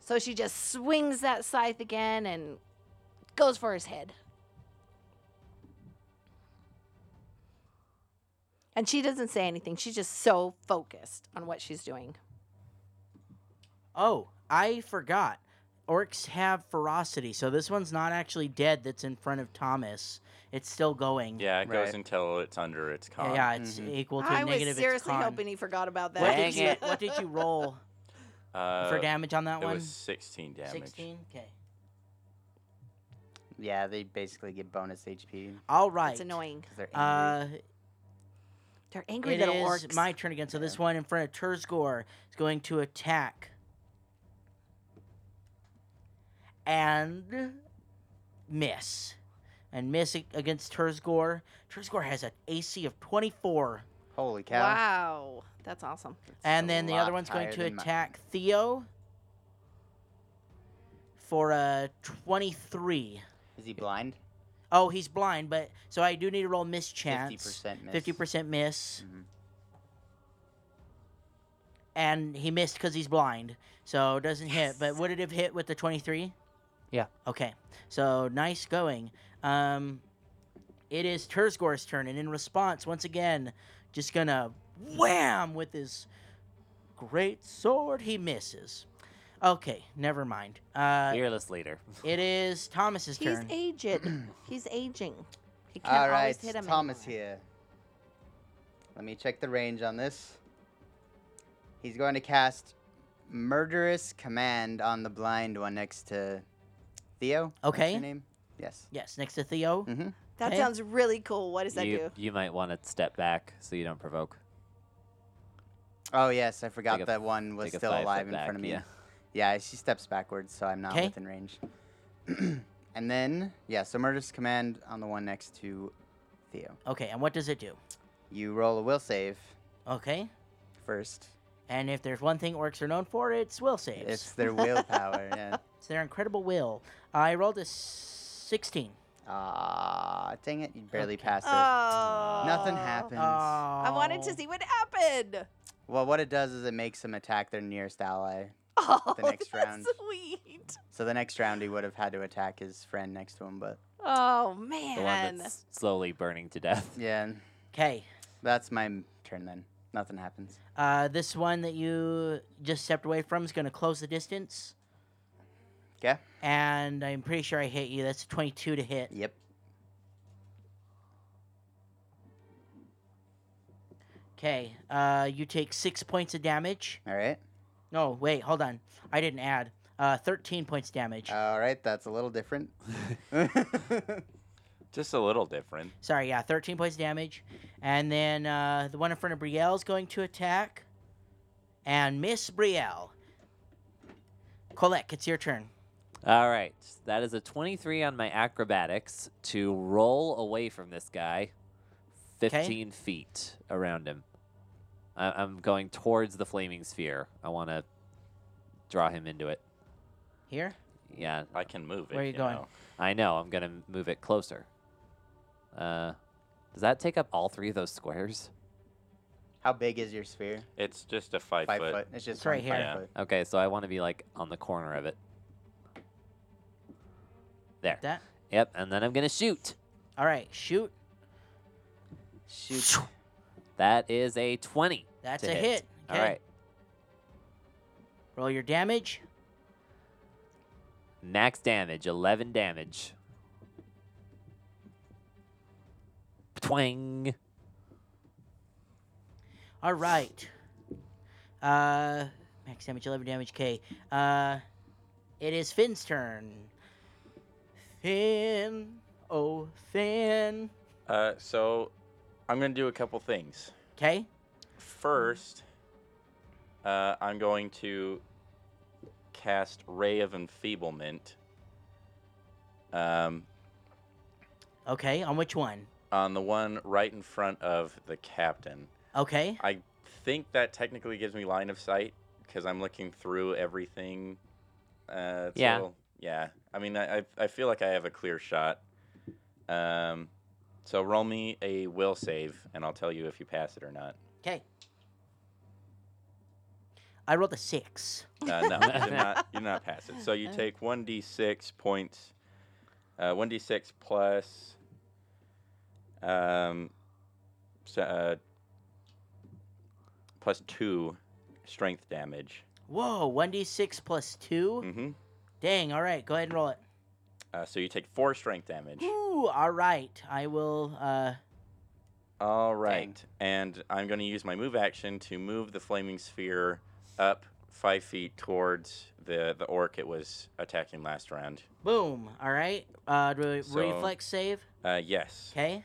Speaker 6: So she just swings that scythe again and goes for his head. And she doesn't say anything. She's just so focused on what she's doing.
Speaker 2: Oh, I forgot. Orcs have ferocity, so this one's not actually dead. That's in front of Thomas. It's still going.
Speaker 3: Yeah, it goes
Speaker 4: Right.
Speaker 3: until it's under its con. Mm-hmm.
Speaker 2: Yeah, yeah, it's
Speaker 4: Mhm.
Speaker 2: equal to
Speaker 6: I was
Speaker 2: negative. its
Speaker 6: seriously
Speaker 2: con.
Speaker 6: hoping he forgot about
Speaker 2: What
Speaker 6: that.
Speaker 2: did, you, what did you roll
Speaker 3: Uh,
Speaker 2: for damage on that
Speaker 3: It
Speaker 2: one?
Speaker 3: was 16 damage.
Speaker 2: Sixteen. Okay.
Speaker 4: Yeah, they basically get bonus HP
Speaker 2: All right.
Speaker 6: It's annoying.
Speaker 4: because they're angry.
Speaker 2: Uh,
Speaker 6: They're angry
Speaker 2: it
Speaker 6: little
Speaker 2: is
Speaker 6: orcs.
Speaker 2: my turn again. So this one in front of Terzgor is going to attack, and miss, and miss a- against Terzgor. Terzgor has an AC of twenty-four,
Speaker 4: Holy cow.
Speaker 6: wow. That's awesome.
Speaker 4: That's
Speaker 2: and
Speaker 4: a
Speaker 2: then the other
Speaker 4: lot
Speaker 2: one's going
Speaker 4: higher
Speaker 2: to
Speaker 4: than mine.
Speaker 2: attack Theo for a twenty-three.
Speaker 4: Is he blind?
Speaker 2: Oh, he's blind, but so I do need to roll mischance.
Speaker 4: 50% miss.
Speaker 2: Fifty percent miss.
Speaker 4: Mhm.
Speaker 2: And he missed because he's blind, so it doesn't hit. But would it have hit with the twenty-three?
Speaker 5: Yeah.
Speaker 2: Okay. So nice going. Um, it is Terzgor's turn, and in response, once again, just gonna wham with his great sword. He misses. Okay, never mind. Uh,
Speaker 1: Fearless leader.
Speaker 2: it is Thomas's
Speaker 6: He's
Speaker 2: turn.
Speaker 6: aged. He's aging. He can't
Speaker 4: All right,
Speaker 6: always hit him.
Speaker 4: Thomas
Speaker 6: anymore.
Speaker 4: here. Let me check the range on this. He's going to cast Murderous Command on the blind one next to Theo. That's
Speaker 2: Okay.
Speaker 4: Your name? Yes.
Speaker 2: Yes, next to Theo.
Speaker 4: Mm-hmm.
Speaker 6: That
Speaker 2: Okay.
Speaker 6: sounds really cool. What does that
Speaker 1: you,
Speaker 6: do?
Speaker 1: you might want to step back so you don't provoke.
Speaker 4: Oh yes, I forgot
Speaker 1: Take a-
Speaker 4: that one was
Speaker 1: take a
Speaker 4: still
Speaker 1: five
Speaker 4: alive
Speaker 1: foot
Speaker 4: in
Speaker 1: back,
Speaker 4: front of me.
Speaker 1: yeah.
Speaker 4: Yeah, she steps backwards, so I'm not
Speaker 2: 'Kay.
Speaker 4: within range. and then, yeah, so murderous command on the one next to Theo.
Speaker 2: Okay, and what does it do?
Speaker 4: You roll a will save
Speaker 2: Okay.
Speaker 4: first.
Speaker 2: And if there's one thing orcs are known for, it's will saves.
Speaker 4: It's their willpower. yeah.
Speaker 2: It's their incredible will. I rolled a 16.
Speaker 4: Ah, dang it! You barely
Speaker 2: Okay.
Speaker 4: passed it.
Speaker 6: oh.
Speaker 4: Nothing happens.
Speaker 6: I wanted
Speaker 2: Oh.
Speaker 6: to see what happened.
Speaker 4: Well, what it does is it makes them attack their nearest ally.
Speaker 6: Oh,
Speaker 4: next
Speaker 6: that's
Speaker 4: round.
Speaker 6: Sweet.
Speaker 4: So the next round he would have had to attack his friend next to him, but
Speaker 6: Oh
Speaker 1: The one
Speaker 6: man.
Speaker 1: that's slowly burning to death.
Speaker 4: yeah,
Speaker 2: Okay.
Speaker 4: that's my m- turn then. Nothing happens.
Speaker 2: Uh, this one that you just stepped away from is going to close the distance.
Speaker 4: Okay.
Speaker 2: And I'm pretty sure I hit you. That's a 22 to hit.
Speaker 4: Yep.
Speaker 2: Okay. Uh, you take six points of damage.
Speaker 4: All right.
Speaker 2: No, wait, hold on. I didn't add. Uh, 13 points damage.
Speaker 4: All right. That's a little different.
Speaker 3: Just a little different.
Speaker 2: Sorry, yeah, 13 points damage. And then uh, the one in front of Brielle is going to attack. And Miss Brielle. Colette, it's your turn.
Speaker 1: All right. That is a 23 on my acrobatics to roll away from this guy 15 feet around him. I- I'm going towards the flaming sphere. I want to draw him into it.
Speaker 2: Here?
Speaker 1: Yeah,
Speaker 3: I can move it.
Speaker 2: Where are you going?
Speaker 3: know.
Speaker 1: I know. I'm going to move it closer. Uh, does that take up all three of those squares?
Speaker 4: How big is your sphere?
Speaker 3: It's just a five,
Speaker 4: Five
Speaker 3: foot.
Speaker 4: foot. It's just
Speaker 2: It's right
Speaker 4: one five
Speaker 3: here.
Speaker 4: foot.
Speaker 1: Okay, so I want to be like on the corner of it. There.
Speaker 2: That.
Speaker 1: Yep, and then I'm gonna shoot.
Speaker 2: All right, shoot.
Speaker 4: Shoot.
Speaker 1: That is a twenty.
Speaker 2: That's
Speaker 1: to
Speaker 2: a hit.
Speaker 1: All right.
Speaker 2: Roll your damage.
Speaker 1: Max damage, eleven damage. Twang.
Speaker 2: All right. Uh, max damage, 11 damage, K. Uh, it is Finn's turn. Finn. Oh, Finn.
Speaker 3: Uh, so I'm going to do a couple things.
Speaker 2: Okay.
Speaker 3: First, uh, I'm going to cast Ray of Enfeeblement um,
Speaker 2: Okay. On which one?
Speaker 3: on the one right in front of the captain.
Speaker 2: Okay.
Speaker 3: I think that technically gives me line of sight because I'm looking through everything. Uh, it's a
Speaker 1: Yeah.
Speaker 3: little- yeah. I mean, I, I- I feel like I have a clear shot. Um, so roll me a will save, and I'll tell you if you pass it or not.
Speaker 2: Okay. I rolled a six.
Speaker 3: Uh, no, you did not. You did not pass it. So you take one d six points. Uh, One d six plus. Um. So, uh, plus two, strength damage.
Speaker 2: Whoa, 1d6 plus 2?
Speaker 3: Mm-hmm.
Speaker 2: Dang, all right, go ahead and roll it.
Speaker 3: Uh, so you take four strength damage.
Speaker 2: Ooh, all right. I will, uh,
Speaker 3: All right. And I'm going to use my move action to move the flaming sphere up five feet towards the, the orc it was attacking last round.
Speaker 2: boom, all right. Uh, do a
Speaker 3: So-
Speaker 2: reflex save.
Speaker 3: Uh, yes.
Speaker 2: Okay.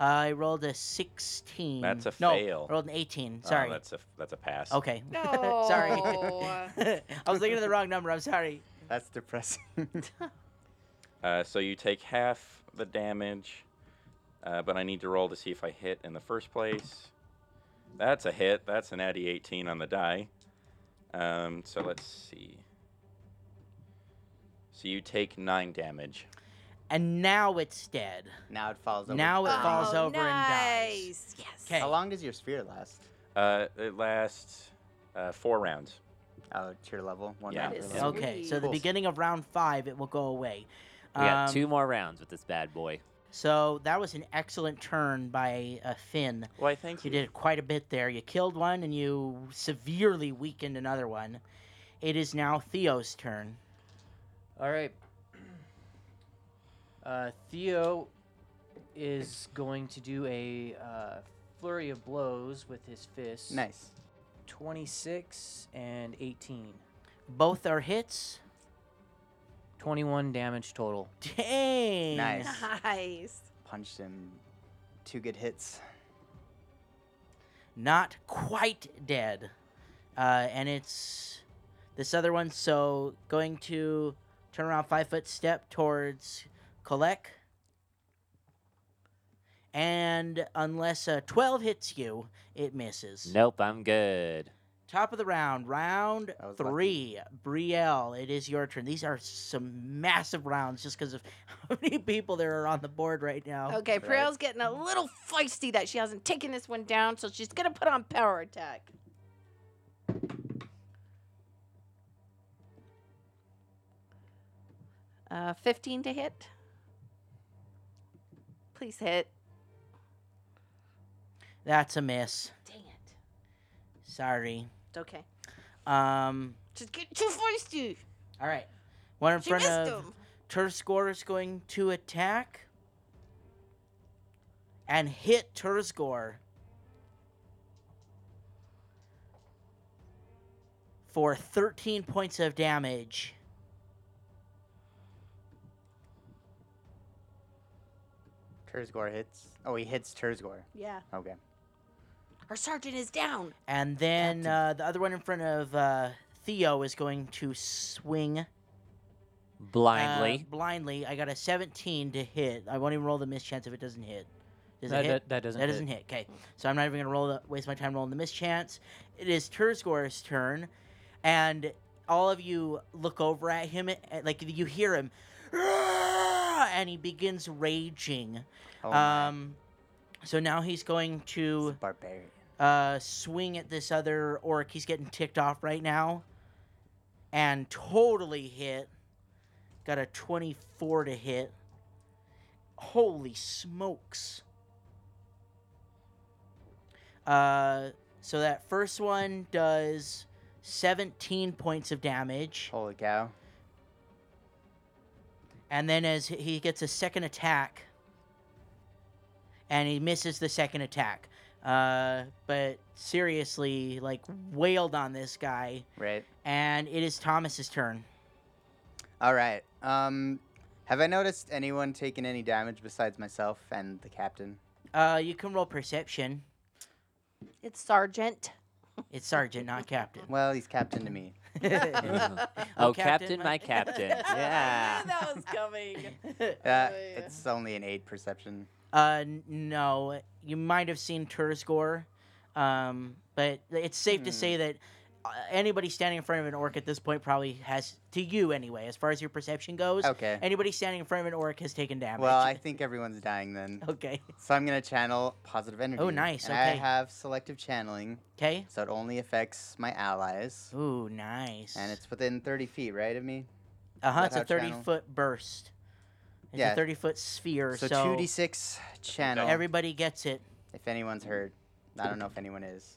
Speaker 2: I rolled a 16.
Speaker 3: That's a
Speaker 2: no,
Speaker 3: fail.
Speaker 2: I rolled an 18.
Speaker 3: Oh,
Speaker 2: Sorry.
Speaker 3: that's a that's a pass.
Speaker 2: okay.
Speaker 6: No.
Speaker 2: sorry. I was thinking of the wrong number. I'm sorry.
Speaker 4: That's depressing.
Speaker 3: Uh, so you take half the damage, uh, but I need to roll to see if I hit in the first place. That's a hit. That's an natty 18 on the die. Um, so let's see. So you take nine damage.
Speaker 2: And now it's dead.
Speaker 4: now it falls over.
Speaker 2: Now it
Speaker 4: burning.
Speaker 2: falls
Speaker 6: oh,
Speaker 2: over and dies.
Speaker 6: nice. Yes. Oh,
Speaker 2: 'Kay.
Speaker 4: How long does your sphere last?
Speaker 3: Uh, it lasts uh, four rounds.
Speaker 4: Oh, it's your level. One
Speaker 3: Yeah.
Speaker 4: round
Speaker 3: That
Speaker 4: per
Speaker 3: is
Speaker 4: level.
Speaker 6: sweet.
Speaker 2: Okay, so the
Speaker 4: Cool.
Speaker 2: beginning of round five, it will go away.
Speaker 1: We got
Speaker 2: Um,
Speaker 1: two more rounds with this bad boy.
Speaker 2: So that was an excellent turn by uh, Finn.
Speaker 3: Why, thank
Speaker 2: You did quite a bit there. You killed one and you severely weakened another one. It is now Theo's turn.
Speaker 5: All right. Uh, Theo is going to do a uh, flurry of blows with his fists.
Speaker 4: Nice.
Speaker 5: 26 and 18.
Speaker 2: Both are hits.
Speaker 5: 21 damage total.
Speaker 2: Dang.
Speaker 4: Nice.
Speaker 6: Nice.
Speaker 4: Punched him. Two good hits.
Speaker 2: Not quite dead. Uh, and it's this other one. So going to turn around five foot step towards Kolek. And unless a 12 hits you, it misses.
Speaker 1: Nope, I'm good.
Speaker 2: Top of the round, round
Speaker 4: That was lucky.
Speaker 2: three. Brielle, it is your turn. These are some massive rounds just because of how many people there are on the board right now.
Speaker 6: Okay,
Speaker 4: Right.
Speaker 6: Priel's getting a little feisty that she hasn't taken this one down, so she's gonna put on power attack. Uh, 15 to hit. Please hit.
Speaker 2: That's a miss.
Speaker 6: Dang it.
Speaker 2: Sorry.
Speaker 6: It's okay.
Speaker 2: Um.
Speaker 6: She's getting too feisty.
Speaker 2: All right. One in
Speaker 6: She
Speaker 2: front
Speaker 6: missed
Speaker 2: of
Speaker 6: him.
Speaker 2: Turf Score is going to attack and hit Turf Score for 13 points of damage.
Speaker 4: Terzgor hits. Oh, he hits Terzgor.
Speaker 6: Yeah.
Speaker 4: Okay.
Speaker 6: Her sergeant is down.
Speaker 2: And then uh, the other one in front of uh, Theo is going to swing uh,
Speaker 1: Blindly.
Speaker 2: blindly, I got a 17 to hit. I won't even roll the mischance if it doesn't hit. Does
Speaker 5: that,
Speaker 2: it hit?
Speaker 5: that- that doesn't
Speaker 2: That
Speaker 5: hit.
Speaker 2: doesn't hit. Okay, so I'm not even gonna roll the waste my time rolling the mischance. It is Terzgor's turn, and all of you look over at him, and, like you hear "Ah!" him, and he begins raging.
Speaker 4: Oh, my.
Speaker 2: um, So now he's going
Speaker 4: He's a
Speaker 2: to
Speaker 4: barbarian.
Speaker 2: uh, swing at this other orc. He's getting ticked off right now. And totally hit. Got a 24 to hit. Holy smokes. Uh, so that first one does 17 points of damage.
Speaker 4: Holy cow.
Speaker 2: And then as h- he gets a second attack, and he misses the second attack. Uh, but seriously, like wailed on this guy,
Speaker 4: Right.
Speaker 2: and it is Thomas's turn.
Speaker 4: All right. Um, have I noticed anyone taking any damage besides myself and the captain?
Speaker 2: Uh, you can roll perception.
Speaker 6: It's Sergeant.
Speaker 2: It's sergeant, not captain.
Speaker 4: Well, he's captain to me.
Speaker 1: Oh,
Speaker 2: Oh,
Speaker 1: captain,
Speaker 2: Captain,
Speaker 1: my
Speaker 2: my-
Speaker 1: captain.
Speaker 6: I
Speaker 1: Yeah.
Speaker 6: knew that was coming.
Speaker 4: Uh,
Speaker 6: Oh, yeah.
Speaker 4: It's only an eight perception.
Speaker 2: uh, n- no, you might have seen Turzgor, um, but it's safe to
Speaker 4: Hmm.
Speaker 2: say that uh, anybody standing in front of an orc at this point probably has, to you anyway, as far as your perception goes,
Speaker 4: Okay.
Speaker 2: Anybody standing in front of an orc has taken damage.
Speaker 4: Well, I think everyone's dying then.
Speaker 2: okay. Oh,
Speaker 4: So I'm gonna channel positive energy.
Speaker 2: nice,
Speaker 4: And I
Speaker 2: okay.
Speaker 4: have selective channeling,
Speaker 2: Okay.
Speaker 4: so it only affects my allies,
Speaker 2: Ooh, nice.
Speaker 4: and it's within 30 feet, right, of me.
Speaker 2: uh huh.
Speaker 4: that
Speaker 2: It's a
Speaker 4: how
Speaker 2: thirty
Speaker 4: channel-
Speaker 2: foot burst. It's
Speaker 4: Yeah.
Speaker 2: a thirty foot sphere.
Speaker 4: So
Speaker 2: So,
Speaker 4: 2d6 channel.
Speaker 2: everybody gets it.
Speaker 4: if anyone's hurt, I don't know if anyone is.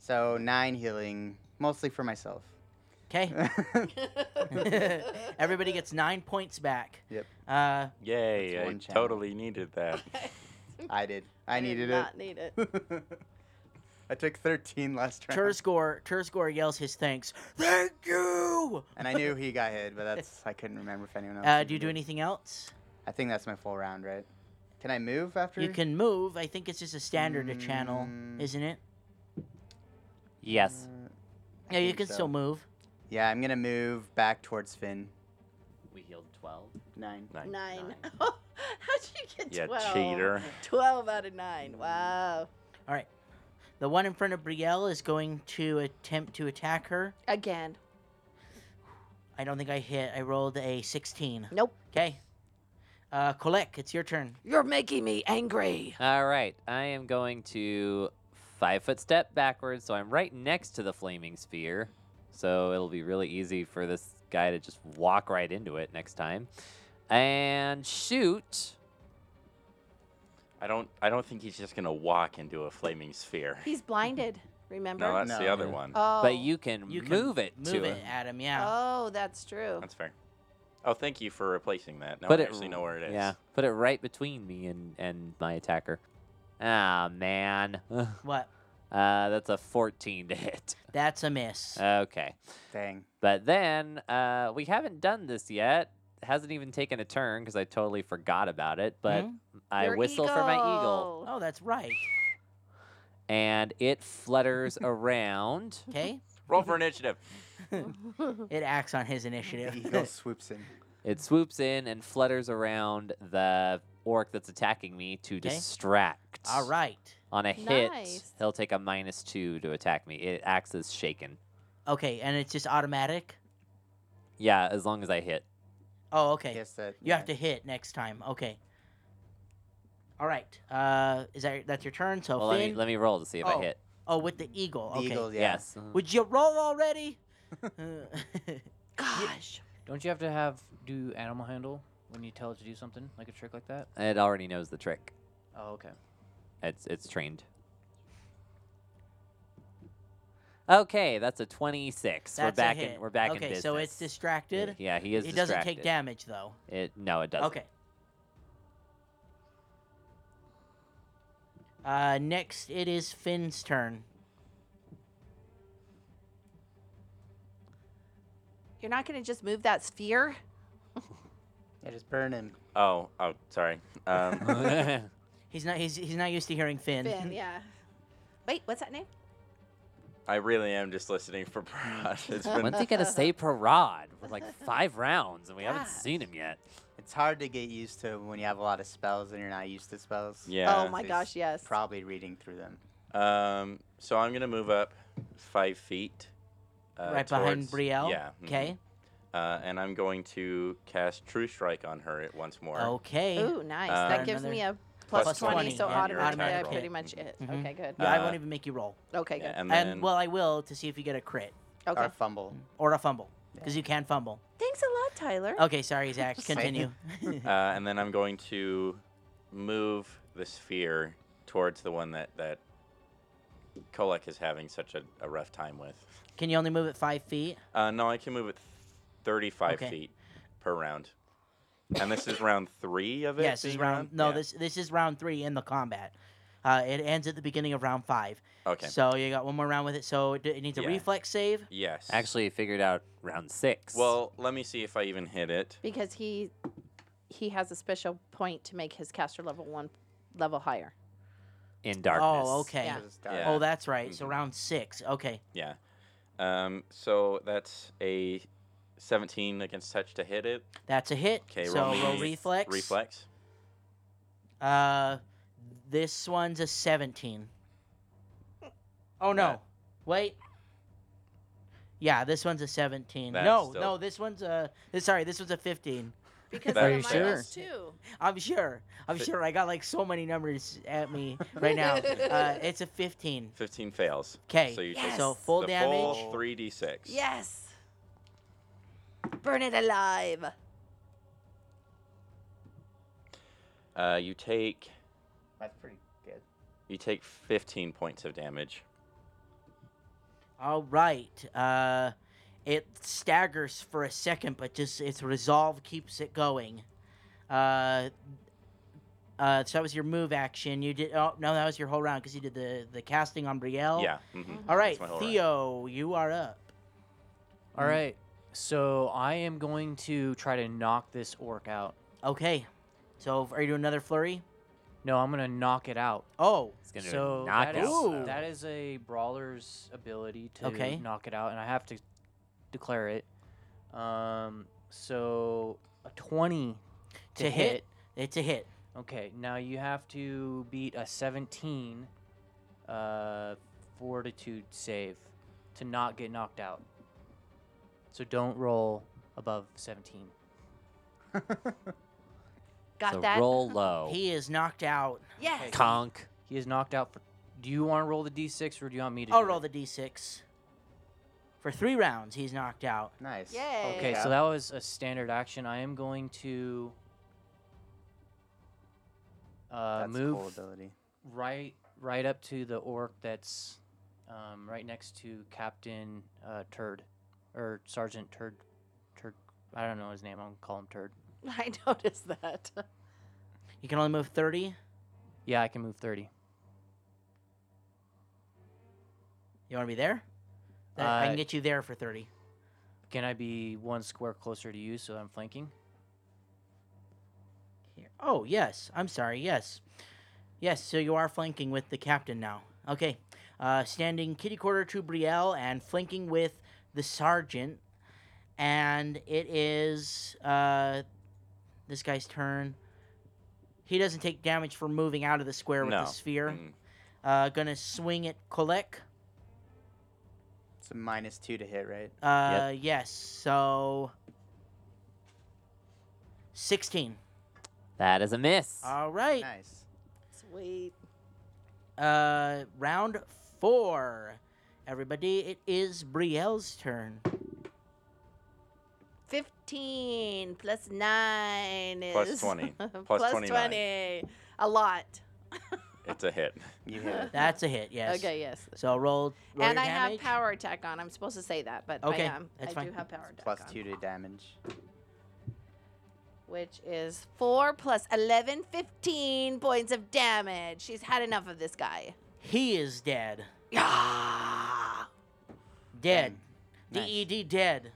Speaker 4: So nine healing, mostly for myself.
Speaker 2: Okay. everybody gets nine points back.
Speaker 4: Yep.
Speaker 2: Uh,
Speaker 3: Yay!
Speaker 4: That's
Speaker 3: I
Speaker 4: one channel.
Speaker 3: totally needed that.
Speaker 4: I did. I needed
Speaker 6: did not need it.
Speaker 4: it. I took 13 last round.
Speaker 2: Turzgor, Turzgor yells his thanks. Thank you.
Speaker 4: And I knew he got hit, but that's I couldn't remember if anyone else.
Speaker 2: Uh,
Speaker 4: even
Speaker 2: do you do
Speaker 4: did.
Speaker 2: anything else?
Speaker 4: I think that's my full round, right? Can I move after?
Speaker 2: You can move. I think it's just a standard to channel,
Speaker 4: Mm,
Speaker 2: isn't it?
Speaker 1: yes.
Speaker 4: uh, I
Speaker 2: Yeah, you
Speaker 4: think
Speaker 2: can
Speaker 4: so.
Speaker 2: still move.
Speaker 4: Yeah, I'm gonna move back towards Finn.
Speaker 1: We healed 12.
Speaker 4: Nine.
Speaker 3: Nine.
Speaker 6: Nine.
Speaker 1: Nine.
Speaker 6: How'd you get
Speaker 3: Yeah,
Speaker 6: 12?
Speaker 3: cheater.
Speaker 6: 12 out of 9. Wow.
Speaker 2: The one in front of Brielle is going to attempt to attack her.
Speaker 6: Again.
Speaker 2: I don't think I hit. I rolled a 16.
Speaker 6: Nope.
Speaker 2: Okay. Uh, Kolek, it's your turn.
Speaker 6: You're making me angry.
Speaker 1: All right. I am going to five foot step backwards, so I'm right next to the flaming sphere. So it'll be really easy for this guy to just walk right into it next time. And shoot.
Speaker 3: I don't. I don't think he's just gonna walk into a flaming sphere.
Speaker 6: He's blinded, remember?
Speaker 3: No, that's the
Speaker 4: No.
Speaker 3: other
Speaker 1: Yeah.
Speaker 3: one.
Speaker 6: oh.
Speaker 1: But you can
Speaker 2: You can
Speaker 1: move it
Speaker 2: Move
Speaker 1: to
Speaker 2: it,
Speaker 1: him.
Speaker 2: Adam. Yeah.
Speaker 6: Oh, that's true.
Speaker 3: That's fair. Oh, thank you for replacing that. Now
Speaker 1: Put
Speaker 3: I
Speaker 1: it-
Speaker 3: actually know where it is.
Speaker 1: Yeah. Put it right between me and, and my attacker. Ah, man. uh,
Speaker 2: What?
Speaker 1: that's a 14 to hit.
Speaker 2: That's a miss.
Speaker 1: Okay.
Speaker 4: Dang.
Speaker 1: But then uh, we haven't done this yet. Hasn't even taken a turn because I totally forgot about it. But
Speaker 2: Mhm.
Speaker 1: I
Speaker 6: Your
Speaker 1: whistle for my eagle,
Speaker 6: eagle.
Speaker 2: Oh, that's right.
Speaker 1: and it flutters around.
Speaker 2: Okay.
Speaker 3: Roll for initiative.
Speaker 6: Oh.
Speaker 2: it acts on his
Speaker 4: The
Speaker 2: initiative.
Speaker 4: eagle swoops in.
Speaker 1: It swoops in and flutters around the orc that's attacking me to
Speaker 2: Okay.
Speaker 1: distract.
Speaker 2: All right.
Speaker 1: On a hit,
Speaker 6: Nice.
Speaker 1: he'll take a minus two to attack me. It acts as shaken.
Speaker 2: Okay, and it's just automatic.
Speaker 1: Yeah, as long as I hit.
Speaker 2: Oh, okay.
Speaker 4: Yes, that.
Speaker 2: You have to hit next time. Okay. All right. Uh, is that that's your turn? So
Speaker 1: Well, let me
Speaker 2: Finn.
Speaker 1: let me roll to see if I
Speaker 2: Oh,
Speaker 1: hit.
Speaker 2: oh, with the eagle.
Speaker 4: The
Speaker 2: okay.
Speaker 4: eagle. Yeah.
Speaker 1: Yes.
Speaker 2: Would you roll already? Uh,
Speaker 6: Gosh.
Speaker 5: Don't you have to have do animal handle when you tell it to do something like a trick like that?
Speaker 1: It already knows the trick.
Speaker 5: Oh, okay.
Speaker 1: It's it's trained. Okay, that's a twenty-six.
Speaker 2: That's
Speaker 1: we're back
Speaker 2: a hit.
Speaker 1: in we're back
Speaker 2: okay,
Speaker 1: in business.
Speaker 2: so it's distracted.
Speaker 1: Yeah, he
Speaker 2: It
Speaker 1: is.
Speaker 2: doesn't take
Speaker 1: distracted.
Speaker 2: damage though.
Speaker 1: It no, it doesn't.
Speaker 2: Okay. Uh, next, it is Finn's turn.
Speaker 6: You're not going to just move that sphere?
Speaker 4: Yeah, just burn him.
Speaker 3: Oh, oh, sorry. Um,
Speaker 2: He's not. He's, he's not used to hearing Finn.
Speaker 6: Finn, yeah. Wait, what's that name?
Speaker 3: I really am just listening for Paraj. It's been
Speaker 1: When's he gonna say Parad? We're like five rounds and we haven't
Speaker 6: Gosh.
Speaker 1: seen him yet.
Speaker 4: It's hard to get used to when you have a lot of spells and you're not used to spells.
Speaker 3: yeah.
Speaker 6: oh my
Speaker 4: He's
Speaker 6: gosh, yes.
Speaker 4: Probably reading through them.
Speaker 3: Um, so I'm gonna move up five feet. Uh,
Speaker 2: right behind
Speaker 3: towards-
Speaker 2: Brielle.
Speaker 3: Yeah. mhm.
Speaker 2: Mm-hmm. Okay.
Speaker 3: Uh, and I'm going to cast True Strike on her at once more.
Speaker 2: Okay.
Speaker 6: Ooh, nice.
Speaker 3: Uh,
Speaker 6: that gives
Speaker 2: Another-
Speaker 6: me a plus,
Speaker 3: Plus
Speaker 6: 20,
Speaker 2: 20,
Speaker 6: so
Speaker 2: and your
Speaker 6: automatically
Speaker 2: attack
Speaker 6: I
Speaker 2: roll.
Speaker 6: pretty much it.
Speaker 2: Mhm.
Speaker 6: Okay, good.
Speaker 2: Yeah, I
Speaker 3: Uh,
Speaker 2: won't even make you roll.
Speaker 6: Okay, good.
Speaker 3: And then
Speaker 2: And well, I will to see if you get a crit
Speaker 6: Okay.
Speaker 3: uh,
Speaker 4: Or fumble.
Speaker 2: or a fumble because you can fumble.
Speaker 6: Thanks a lot, Tyler.
Speaker 2: Okay, sorry, Zach.
Speaker 4: Same.
Speaker 2: Continue.
Speaker 3: Uh, and then I'm going to move the sphere towards the one that that Kolek is having such a, a rough time with.
Speaker 2: can you only move it five feet?
Speaker 3: Uh, no, I can move it 35
Speaker 2: Okay.
Speaker 3: feet per round. And this is round three of it.
Speaker 2: yes, this is
Speaker 3: being
Speaker 2: round. No,
Speaker 3: Yeah.
Speaker 2: this this is round three in the combat. Uh, it ends at the beginning of round five.
Speaker 3: Okay.
Speaker 2: So you got one more round with it. So it, it needs a
Speaker 3: Yeah.
Speaker 2: reflex save.
Speaker 3: Yes.
Speaker 1: Actually, I figured out round six.
Speaker 3: Well, let me see if I even hit it.
Speaker 6: Because he he has a special point to make his caster level one level higher.
Speaker 1: in darkness.
Speaker 2: Oh, okay.
Speaker 6: Yeah.
Speaker 4: 'Cause it's dark.
Speaker 3: Yeah.
Speaker 2: Oh, that's right. So
Speaker 3: Mhm.
Speaker 2: round six. Okay.
Speaker 3: Yeah. Um, so that's a 17 against touch to hit it.
Speaker 2: That's a hit.
Speaker 3: Okay,
Speaker 2: so
Speaker 3: roll, me
Speaker 2: roll reflex.
Speaker 3: Reflex.
Speaker 2: Uh, this one's a 17. Oh no.
Speaker 3: That-
Speaker 2: Wait. Yeah, this one's a 17.
Speaker 3: That's
Speaker 2: no,
Speaker 3: still-
Speaker 2: no, this one's a this- sorry, this one's a 15.
Speaker 6: Because
Speaker 3: Are
Speaker 6: the
Speaker 3: you
Speaker 6: minus two.
Speaker 2: I'm sure. I'm
Speaker 3: Fi-
Speaker 2: sure I got like so many numbers at me right now. Uh, it's a 15.
Speaker 3: 15 fails.
Speaker 2: Okay.
Speaker 3: So you
Speaker 6: Yes.
Speaker 3: take
Speaker 2: So full
Speaker 3: the
Speaker 2: damage.
Speaker 3: full 3d6.
Speaker 6: Yes. Burn it alive.
Speaker 3: Uh, you take
Speaker 4: That's pretty good.
Speaker 3: you take 15 points of damage.
Speaker 2: All right. Uh it staggers for a second, but just its resolve keeps it going. Uh uh, so that was your move action. You did. Oh no, that was your whole round because you did the the casting on Brielle.
Speaker 3: Yeah. hmm
Speaker 2: Oh. All right,
Speaker 3: my whole round.
Speaker 2: Theo, you are up.
Speaker 5: All right. So I am going to try to knock this orc out.
Speaker 2: Okay. So are you doing another flurry?
Speaker 5: No, I'm gonna knock it out.
Speaker 2: Oh,
Speaker 1: it's gonna
Speaker 5: so
Speaker 1: knock
Speaker 5: that is,
Speaker 2: knockout.
Speaker 5: that is a brawler's ability to
Speaker 2: Okay.
Speaker 5: knock it out, and I have to declare it. Um, so a twenty to,
Speaker 2: To hit.
Speaker 5: hit.
Speaker 2: it's a hit.
Speaker 5: Okay, now you have to beat a 17 uh, fortitude save to not get knocked out. So don't roll above 17.
Speaker 6: Got
Speaker 1: so
Speaker 6: that?
Speaker 1: roll
Speaker 3: Oh.
Speaker 1: low.
Speaker 2: He is knocked out.
Speaker 6: Yes.
Speaker 1: Conk.
Speaker 5: He is knocked out for. Do you want to roll the d6 or do you want me to?
Speaker 2: I'll
Speaker 5: do
Speaker 2: Oh, roll
Speaker 5: it?
Speaker 2: the d6. For three rounds, he's knocked out.
Speaker 4: Nice.
Speaker 6: Yay.
Speaker 5: Okay,
Speaker 4: Yeah.
Speaker 5: so that was a standard action. I am going to uh,
Speaker 4: That's
Speaker 5: move
Speaker 4: cool ability.
Speaker 5: right right up to the orc that's um, right next to Captain uh, Turd or Sergeant Turd Turd. I don't know his name. I'm gonna call him Turd.
Speaker 6: I noticed that.
Speaker 2: You can only move thirty.
Speaker 5: Yeah, I can move thirty.
Speaker 2: You want to be there? That- I
Speaker 5: Uh,
Speaker 2: can get you there for thirty.
Speaker 5: Can I be one square closer to you so I'm flanking?
Speaker 4: Hmm.
Speaker 2: Here. Oh yes. I'm sorry. Yes. Yes. So you are flanking with the captain now. Okay. Uh, standing kitty quarter to Brielle and flanking with the sergeant, and it is uh, this guy's turn. He doesn't take damage for moving out of the square with
Speaker 3: No.
Speaker 2: the sphere.
Speaker 3: Mm.
Speaker 2: Uh, gonna swing at Kolek.
Speaker 4: It's a minus two to hit, right?
Speaker 2: Uh, Yes. So sixteen.
Speaker 1: That is a miss.
Speaker 2: All right.
Speaker 4: Nice.
Speaker 6: Sweet.
Speaker 2: Uh, round four. Everybody, it is Brielle's turn.
Speaker 6: 15 plus 9 is.
Speaker 3: Plus 20. Plus 29.
Speaker 6: 20. A lot.
Speaker 3: It's a hit.
Speaker 4: You hit it.
Speaker 2: That's a hit, yes.
Speaker 6: Okay, yes.
Speaker 2: So roll. roll
Speaker 6: and
Speaker 2: your
Speaker 6: I have
Speaker 2: damage.
Speaker 6: power attack on. I'm supposed to say that, but
Speaker 2: Okay,
Speaker 6: I am.
Speaker 2: that's
Speaker 6: I do
Speaker 2: fine.
Speaker 6: have power attack
Speaker 4: Plus
Speaker 6: on,
Speaker 4: two to damage.
Speaker 6: Which is 4 plus 11, 15 points of damage. She's had enough of this guy.
Speaker 2: He is dead.
Speaker 6: Yeah.
Speaker 4: Ah!
Speaker 2: Dead.
Speaker 4: Nice.
Speaker 2: D-E-D, dead.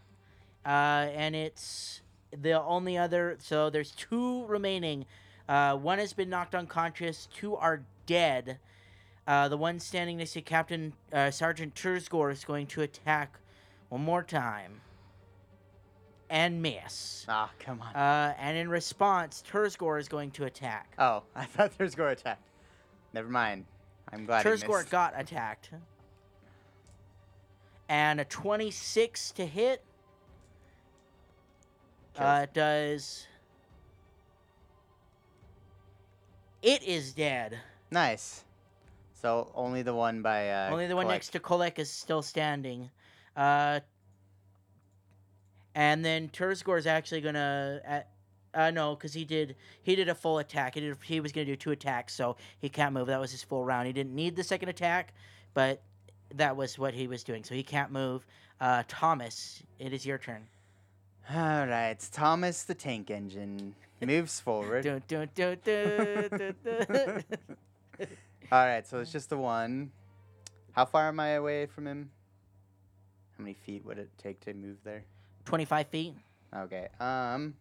Speaker 2: Uh, and it's the only other. So there's two remaining. Uh, one has been knocked unconscious. Two are dead. Uh, the one standing next to Captain uh, Sergeant Terzgor is going to attack one more time and miss.
Speaker 4: Ah, come on.
Speaker 2: Uh, and in response, Terzgor is going to attack.
Speaker 4: oh, I thought there was gore attack. Never mind. I'm glad he
Speaker 2: Terzgor
Speaker 4: missed.
Speaker 2: got attacked. And a 26 to hit. Uh, does It is dead.
Speaker 4: Nice. So only the one by. Uh,
Speaker 2: Only the one
Speaker 4: Kolek.
Speaker 2: next to Kolek is still standing. Uh, and then Turzgor is actually gonna. Uh, uh, no, because he did he did a full attack. He did he was gonna do two attacks, so he can't move. That was his full round. He didn't need the second attack, but that was what he was doing. So he can't move. Uh, Thomas, it is your turn.
Speaker 4: All right, Thomas the tank engine moves forward.
Speaker 2: Dun, dun, dun, dun, dun, dun.
Speaker 4: All right, so it's just the one. How far am I away from him? How many feet would it take to move there?
Speaker 2: Twenty-five feet.
Speaker 4: Okay. Um.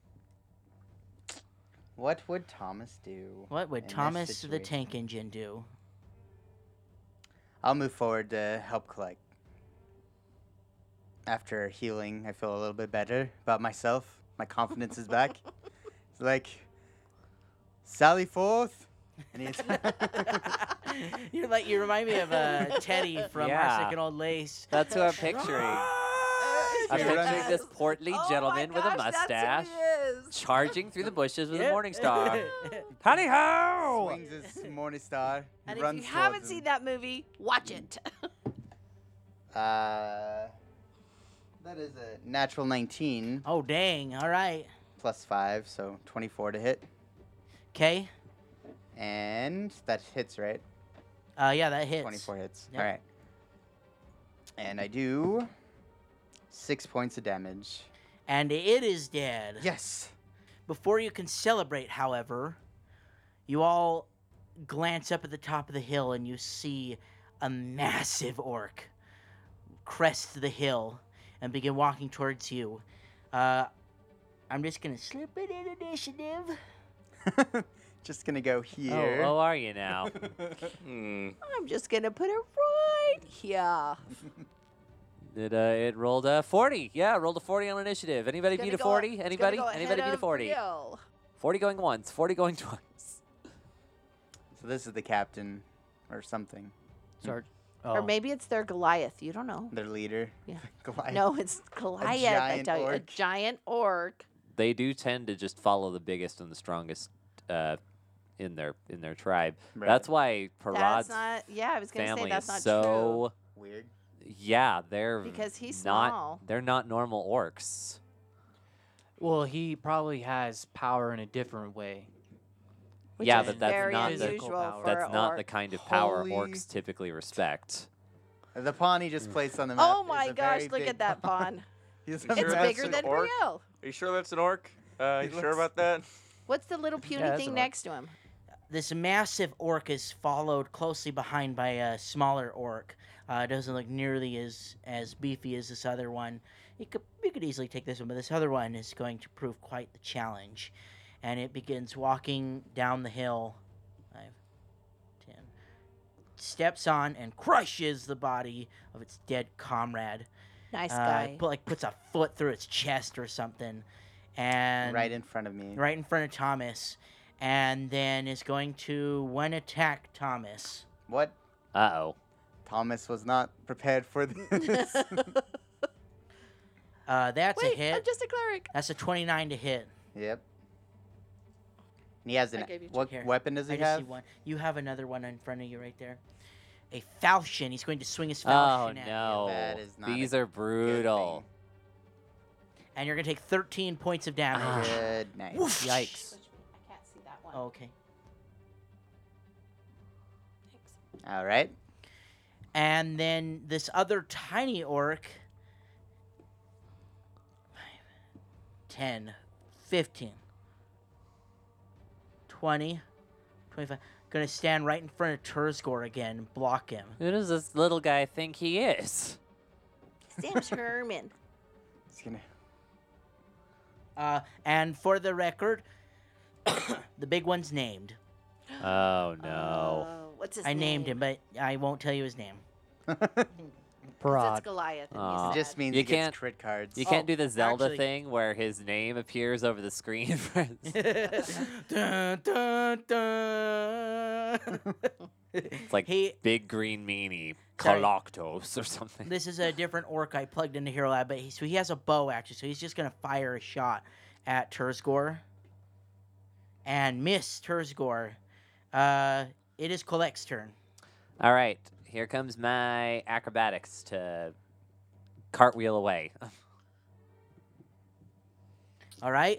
Speaker 4: What would Thomas do?
Speaker 2: What would
Speaker 4: In this
Speaker 2: Thomas the
Speaker 4: situation.
Speaker 2: tank engine do?
Speaker 4: I'll move forward to help collect. After healing, I feel a little bit better about myself. My confidence is back. It's like, Sally forth. And he's
Speaker 2: You're like you remind me of uh, Teddy from
Speaker 1: Yeah.
Speaker 2: Our Second Old Lace.
Speaker 1: That's who I'm picturing. I'm
Speaker 4: You're right.
Speaker 1: picturing this portly
Speaker 6: Oh my
Speaker 1: gentleman with a
Speaker 6: gosh,
Speaker 1: mustache
Speaker 6: That's who he is.
Speaker 1: charging through the bushes with a
Speaker 2: Yeah.
Speaker 1: morning star. Honey ho!
Speaker 4: swings his morning star.
Speaker 6: And if
Speaker 4: runs
Speaker 6: you haven't
Speaker 4: towards
Speaker 6: seen
Speaker 4: him.
Speaker 6: that movie, watch it.
Speaker 1: Mm.
Speaker 4: Uh, that is a natural 19
Speaker 2: oh dang! All right.
Speaker 4: plus 5, so 24 to hit.
Speaker 2: Okay.
Speaker 4: And that hits, right?
Speaker 2: Uh, yeah, that hits.
Speaker 4: 24 hits.
Speaker 2: Yep.
Speaker 4: All right. And I do 6 points of damage.
Speaker 2: And it is dead.
Speaker 4: Yes!
Speaker 2: Before you can celebrate, however, you all glance up at the top of the hill and you see a massive orc crest the hill and begin walking towards you. Uh, I'm just gonna slip it in initiative.
Speaker 4: Just gonna go
Speaker 1: Oh,
Speaker 4: here.
Speaker 1: oh, are you now?
Speaker 3: Hmm.
Speaker 6: I'm just gonna put it right here.
Speaker 1: It, uh, it rolled a 40. Yeah, rolled a 40 on initiative. Anybody
Speaker 6: Gonna
Speaker 1: beat a
Speaker 6: go-
Speaker 1: 40?
Speaker 6: it's gonna
Speaker 1: Anybody?
Speaker 6: go
Speaker 1: Anybody
Speaker 6: ahead
Speaker 1: beat a
Speaker 6: of
Speaker 1: 40?
Speaker 6: you.
Speaker 1: 40 going once, 40 going twice.
Speaker 4: So this is the captain or something,
Speaker 5: Sarge.
Speaker 1: Oh.
Speaker 4: Oh.
Speaker 6: Or maybe it's their Goliath. You don't know.
Speaker 4: their leader.
Speaker 6: Yeah.
Speaker 4: Goliath.
Speaker 6: no, it's Goliath. I
Speaker 4: giant
Speaker 6: tell you, a
Speaker 4: orc.
Speaker 6: giant orc.
Speaker 1: They do tend to just follow the biggest and the strongest uh, in their in their tribe.
Speaker 4: Right.
Speaker 1: That's why Parad's
Speaker 6: That's not. Yeah, I was gonna say
Speaker 1: family
Speaker 6: that's
Speaker 1: is
Speaker 6: not true.
Speaker 1: so.
Speaker 4: weird.
Speaker 1: Yeah, they're
Speaker 6: Because he's
Speaker 1: not.
Speaker 6: small.
Speaker 1: They're not normal orcs.
Speaker 5: Well, he probably has power in a different way.
Speaker 6: Which
Speaker 1: yeah,
Speaker 6: is
Speaker 1: but that's
Speaker 6: very
Speaker 1: not the
Speaker 6: unusual
Speaker 5: That's
Speaker 6: for
Speaker 1: that's
Speaker 6: an
Speaker 1: not
Speaker 6: orc.
Speaker 1: the kind of power
Speaker 4: Holy-
Speaker 1: orcs typically respect.
Speaker 4: The pawn he just placed on the map.
Speaker 6: Oh
Speaker 4: is
Speaker 6: my
Speaker 4: a very
Speaker 6: gosh! Look
Speaker 4: big
Speaker 6: at that pawn.
Speaker 4: He's a
Speaker 3: Sure
Speaker 6: it's
Speaker 4: massive-
Speaker 3: that's
Speaker 6: bigger
Speaker 3: an
Speaker 6: than
Speaker 3: orc?
Speaker 6: real.
Speaker 3: Are you sure that's an orc? Uh,
Speaker 4: He
Speaker 3: you sure
Speaker 4: looks-
Speaker 3: about that?
Speaker 6: What's the little puny
Speaker 5: that's
Speaker 6: thing
Speaker 5: an orc.
Speaker 6: next to him?
Speaker 2: This massive orc is followed closely behind by a smaller orc. Uh, it doesn't look nearly as as beefy as this other one. You could you could easily take this one, but this other one is going to prove quite the challenge. And it begins walking down the hill. Five, ten. Steps on and crushes the body of its dead comrade.
Speaker 6: Nice
Speaker 2: Uh,
Speaker 6: guy.
Speaker 2: put, like puts a foot through its chest or something. And
Speaker 4: right in front of me.
Speaker 2: right in front of Thomas, and then is going to one attack Thomas.
Speaker 4: What?
Speaker 1: Uh oh.
Speaker 4: Thomas was not prepared for this.
Speaker 2: Uh, that's
Speaker 6: Wait,
Speaker 2: a hit.
Speaker 6: I'm just a cleric.
Speaker 2: That's a 29 to hit.
Speaker 4: yep. And he has
Speaker 6: I
Speaker 4: an.
Speaker 6: gave you two.
Speaker 4: What
Speaker 2: Here.
Speaker 4: weapon does
Speaker 2: I
Speaker 4: he
Speaker 2: just
Speaker 4: have?
Speaker 2: see one. You have another one in front of you right there. A falchion. He's going to swing his
Speaker 1: Oh
Speaker 2: falchion at
Speaker 1: no.
Speaker 4: That is not a
Speaker 1: These are brutal.
Speaker 2: you, and you're going to take 13 points of damage.
Speaker 1: Ah.
Speaker 4: Good night.
Speaker 2: Ah. Woof.
Speaker 1: Yikes.
Speaker 6: I can't see that one.
Speaker 2: Oh, okay.
Speaker 4: All right.
Speaker 2: And then this other tiny orc. 10, 15, 20, 25. Gonna stand right in front of Turzgor again and block him.
Speaker 1: Who does this little guy think he is?
Speaker 6: Sam Sherman.
Speaker 4: He's gonna.
Speaker 2: Uh, and for the record, the big one's named.
Speaker 1: Oh no.
Speaker 6: Oh, what's his
Speaker 2: I
Speaker 6: name?
Speaker 2: named him, but I won't tell you his name.
Speaker 6: It's
Speaker 5: Parad.
Speaker 6: Goliath.
Speaker 1: Aw.
Speaker 6: And he's
Speaker 4: It
Speaker 1: Uh,
Speaker 6: mad.
Speaker 4: just means
Speaker 1: you
Speaker 4: he gets
Speaker 1: can't-
Speaker 4: crit cards.
Speaker 1: you can't
Speaker 2: oh,
Speaker 1: do the Zelda
Speaker 2: actually-
Speaker 1: thing where his name appears over the screen. first.
Speaker 2: dun, dun, dun. it's
Speaker 1: like-
Speaker 2: he
Speaker 1: Big green meanie,
Speaker 2: Sorry.
Speaker 1: Coloctos or something.
Speaker 2: This is a different orc I plugged into Hero Lab, but he, so he has a bow actually, so he's just gonna fire a shot at Turzgor and miss Turzgor. Uh, it is Colette's turn.
Speaker 1: All right, here comes my acrobatics to cartwheel away.
Speaker 2: All right.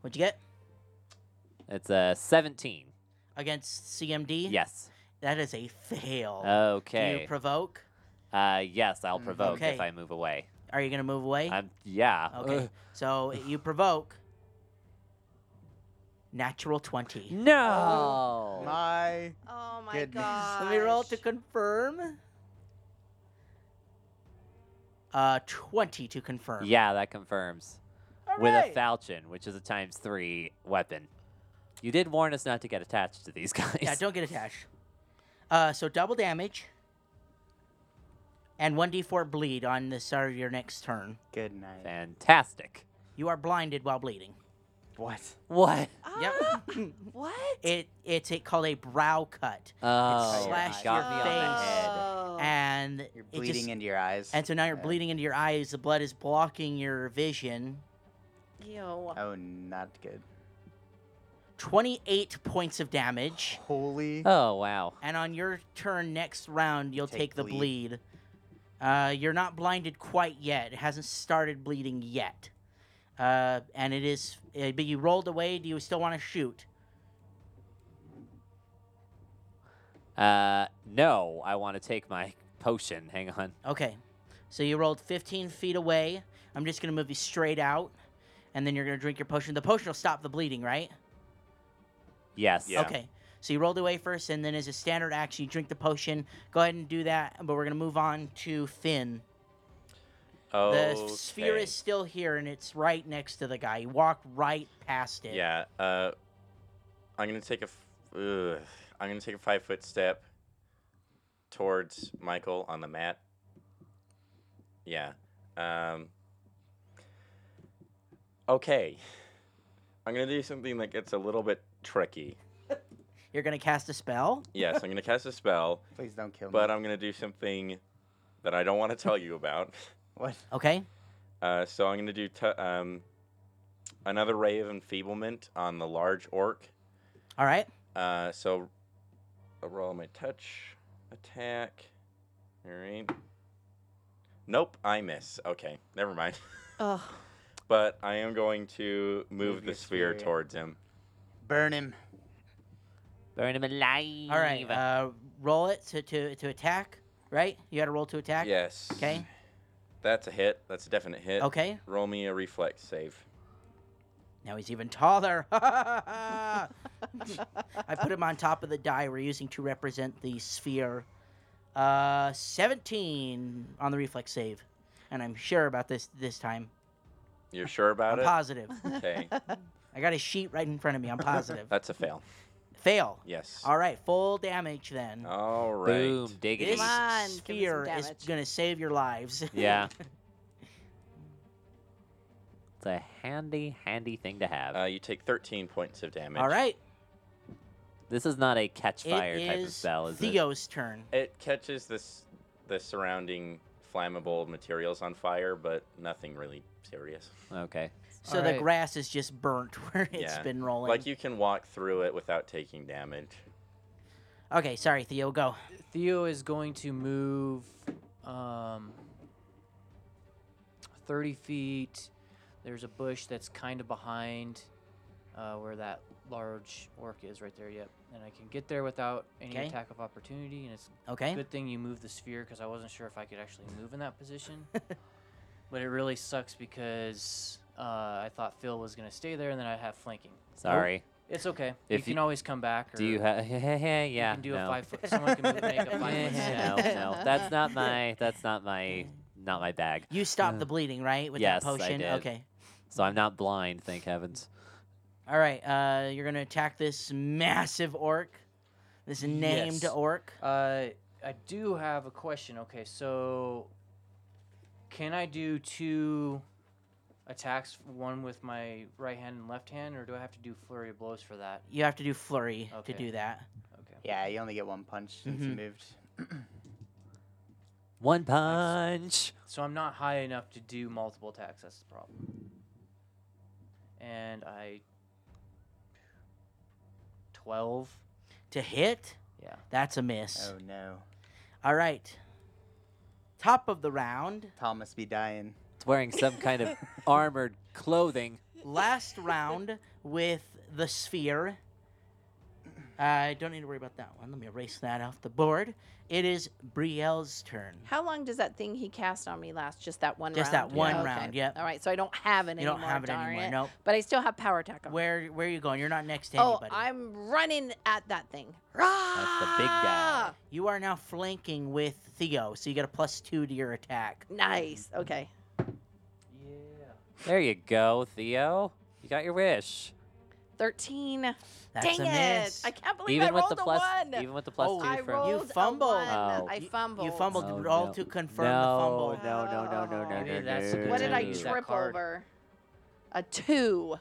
Speaker 2: What'd you get?
Speaker 1: It's a 17.
Speaker 2: Against CMD?
Speaker 1: Yes.
Speaker 2: That is a fail. Oh. Do you
Speaker 1: Okay.
Speaker 2: provoke?
Speaker 1: Uh, yes, I'll
Speaker 4: Mm,
Speaker 1: provoke
Speaker 2: okay.
Speaker 1: if I move away.
Speaker 2: Are you going to move away?
Speaker 1: I'm, yeah.
Speaker 2: okay.
Speaker 1: Ugh.
Speaker 2: So you provoke. Natural 20. Oh.
Speaker 1: No.
Speaker 4: My.
Speaker 6: Oh my
Speaker 4: Goodness.
Speaker 6: god.
Speaker 2: Let me roll to confirm. Uh, 20 to confirm.
Speaker 1: yeah, that confirms.
Speaker 2: All
Speaker 1: With a
Speaker 2: right.
Speaker 1: falchion, which is a times three weapon. You did warn us not to get attached to these guys.
Speaker 2: Yeah, don't get attached. Uh, so double damage. And 1d4 bleed on the start of your next turn.
Speaker 4: Good night.
Speaker 1: Fantastic.
Speaker 2: You are blinded while bleeding.
Speaker 4: What?
Speaker 1: What?
Speaker 6: Ah, What?
Speaker 2: It it's a, called a brow cut,
Speaker 1: Oh,
Speaker 2: slashed
Speaker 1: got
Speaker 2: your
Speaker 1: me on the head.
Speaker 6: Oh.
Speaker 2: and
Speaker 4: You're
Speaker 2: it
Speaker 4: bleeding
Speaker 2: just-
Speaker 4: into your eyes.
Speaker 2: and so now you're
Speaker 4: Yeah.
Speaker 2: bleeding into your eyes. The blood is blocking your vision.
Speaker 6: Ew.
Speaker 4: Oh, not good.
Speaker 2: Twenty-eight points of damage,
Speaker 4: Holy.
Speaker 1: Oh, wow.
Speaker 2: and on your turn next round, you'll take,
Speaker 4: Take
Speaker 2: the bleed. Uh, you're not blinded quite yet. It hasn't started bleeding yet, uh, and it is. Uh, but you rolled away. Do you still want to shoot?
Speaker 1: Uh, no, I want to take my potion. Hang on.
Speaker 2: Okay. So you rolled 15 feet away. I'm just going to move you straight out. And then you're going to drink your potion. The potion will stop the bleeding, right?
Speaker 1: Yes.
Speaker 3: Yeah.
Speaker 2: Okay. So you rolled away first, and then as a standard action, you drink the potion. Go ahead and do that. But we're going to move on to Finn.
Speaker 3: Oh,
Speaker 2: The s- sphere is still here, and it's right next to the guy. You walked right past it.
Speaker 3: Yeah. Uh, I'm gonna take a. F- ugh, I'm gonna take a five foot step towards Michael on the mat. Yeah. Um. Okay. I'm gonna do something that gets a little bit tricky.
Speaker 2: You're going to cast a spell.
Speaker 3: Yes, I'm gonna cast a spell,
Speaker 4: Please don't kill me.
Speaker 1: uh,
Speaker 3: but I'm gonna do something that I don't want to tell you about.
Speaker 4: what?
Speaker 2: Okay.
Speaker 3: Uh, so I'm gonna do t- um, another ray of enfeeblement on the large orc.
Speaker 2: All right.
Speaker 3: Uh, so I'll roll my touch attack. All right. Nope, I miss. Okay, never mind.
Speaker 6: Ugh.
Speaker 3: But I am going to move,
Speaker 4: Move
Speaker 3: the
Speaker 4: your
Speaker 3: sphere,
Speaker 4: sphere.
Speaker 3: towards him.
Speaker 4: Burn him.
Speaker 1: Burn him alive.
Speaker 2: All right. Uh, roll it to, to, to attack, right? You got to roll to attack?
Speaker 3: Yes.
Speaker 2: Okay.
Speaker 3: That's a hit. That's a definite hit.
Speaker 2: Okay.
Speaker 3: Roll me a reflex save.
Speaker 2: Now he's even taller. I put him on top of the die we're using to represent the sphere. Uh, 17 on the reflex save, and I'm sure about this this time.
Speaker 3: You're sure about
Speaker 2: I'm
Speaker 3: it?
Speaker 2: positive.
Speaker 3: Okay.
Speaker 2: I got a sheet right in front of me. I'm positive.
Speaker 3: That's a fail.
Speaker 2: Fail.
Speaker 3: Yes.
Speaker 2: All right, full damage then.
Speaker 1: Oh,
Speaker 3: All right.
Speaker 1: Boom. Diggity.
Speaker 2: This
Speaker 6: on, give me some
Speaker 2: sphere is
Speaker 6: damage.
Speaker 2: gonna save your lives.
Speaker 1: Yeah. It's a handy, handy thing to have.
Speaker 3: Uh, you take 13 points of damage.
Speaker 2: All right,
Speaker 1: this is not a catch fire
Speaker 2: it
Speaker 1: type of
Speaker 2: is
Speaker 1: spell, is it?
Speaker 2: Theo's turn.
Speaker 3: It catches this the surrounding flammable materials on fire, but nothing really serious.
Speaker 1: Okay.
Speaker 2: So the
Speaker 5: Alright.
Speaker 2: grass is just burnt where it's
Speaker 3: Yeah.
Speaker 2: been rolling.
Speaker 3: Like you can walk through it without taking damage.
Speaker 2: Okay, sorry, Theo, go.
Speaker 5: Theo is going to move um, 30 feet. There's a bush that's kind of behind uh, where that large orc is right there. Yep. And I can get there without any
Speaker 2: 'Kay.
Speaker 5: attack of opportunity. And it's a
Speaker 2: Okay.
Speaker 5: good thing you moved the sphere because I wasn't sure if I could actually move in that position. but it really sucks because uh, I thought Phil was going to stay there and then I'd have flanking.
Speaker 1: Sorry.
Speaker 5: It's okay.
Speaker 1: If
Speaker 5: you
Speaker 1: you-
Speaker 5: can always come back. Or
Speaker 1: Do you have? yeah.
Speaker 5: you can do
Speaker 1: no.
Speaker 5: a five foot. Someone can move, make a five
Speaker 1: Eh,
Speaker 5: foot step.
Speaker 1: no, no, that's not my. That's not my. Not my bag.
Speaker 2: You stopped
Speaker 1: Uh,
Speaker 2: the bleeding, right? With
Speaker 1: yes,
Speaker 2: that
Speaker 1: I
Speaker 2: potion?
Speaker 1: did.
Speaker 2: Okay.
Speaker 1: So I'm not blind. Thank heavens.
Speaker 2: All right. Uh, you're going to attack this massive orc. This named
Speaker 5: Yes.
Speaker 2: orc.
Speaker 5: Uh, I do have a question. Okay, so can I do two attacks, one with my right hand and left hand, or do I have to do flurry of blows for that?
Speaker 2: You have to do flurry
Speaker 5: Okay.
Speaker 2: to do that.
Speaker 5: Okay.
Speaker 4: Yeah, you only get one punch since
Speaker 1: Mm-hmm.
Speaker 2: Mhm.
Speaker 4: you moved.
Speaker 1: One punch.
Speaker 5: So I'm not high enough to do multiple attacks. That's the problem. And I twelve.
Speaker 2: To hit?
Speaker 5: Yeah.
Speaker 2: That's a miss.
Speaker 4: Oh no.
Speaker 2: All right. Top of the round.
Speaker 4: Thomas be dying.
Speaker 1: It's wearing some kind of armored clothing.
Speaker 2: last round with the sphere. I don't need to worry about that one. Let me erase that off the board. It is Brielle's turn.
Speaker 6: How long does that thing he cast on me last? Just that one
Speaker 2: Just
Speaker 6: round?
Speaker 2: that one
Speaker 6: Okay.
Speaker 2: round, yep.
Speaker 6: All right, so I don't have it
Speaker 2: you
Speaker 6: anymore.
Speaker 2: don't have it
Speaker 6: darn
Speaker 2: anymore.
Speaker 6: it.
Speaker 2: Nope.
Speaker 6: But I still have power attack on
Speaker 2: Where where are you going? You're not next to
Speaker 6: Oh,
Speaker 2: anybody.
Speaker 6: I'm running at that thing.
Speaker 1: the big guy.
Speaker 2: You are now flanking with Theo, so you get a plus two to your attack.
Speaker 6: Nice. Okay.
Speaker 5: Yeah.
Speaker 1: There you go, Theo. You got your wish.
Speaker 6: 13.
Speaker 2: That's
Speaker 6: Dang
Speaker 2: a miss.
Speaker 6: it. I can't believe I
Speaker 1: Even with
Speaker 6: rolled
Speaker 1: the
Speaker 6: a
Speaker 1: plus,
Speaker 6: one.
Speaker 1: even with the plus
Speaker 2: Oh,
Speaker 1: two
Speaker 6: I
Speaker 1: from
Speaker 6: rolled a
Speaker 2: fumbled.
Speaker 6: one.
Speaker 1: Oh.
Speaker 6: I
Speaker 2: You-
Speaker 6: fumbled.
Speaker 2: You fumbled
Speaker 1: Oh,
Speaker 2: roll
Speaker 1: no.
Speaker 2: to confirm
Speaker 1: no,
Speaker 2: the fumble.
Speaker 1: No, no, no, no, no,
Speaker 5: Maybe
Speaker 1: no,
Speaker 5: that's the
Speaker 1: no.
Speaker 5: good
Speaker 6: What did I
Speaker 5: Ooh.
Speaker 1: no.
Speaker 5: try?
Speaker 6: trip
Speaker 5: card.
Speaker 6: over? A two.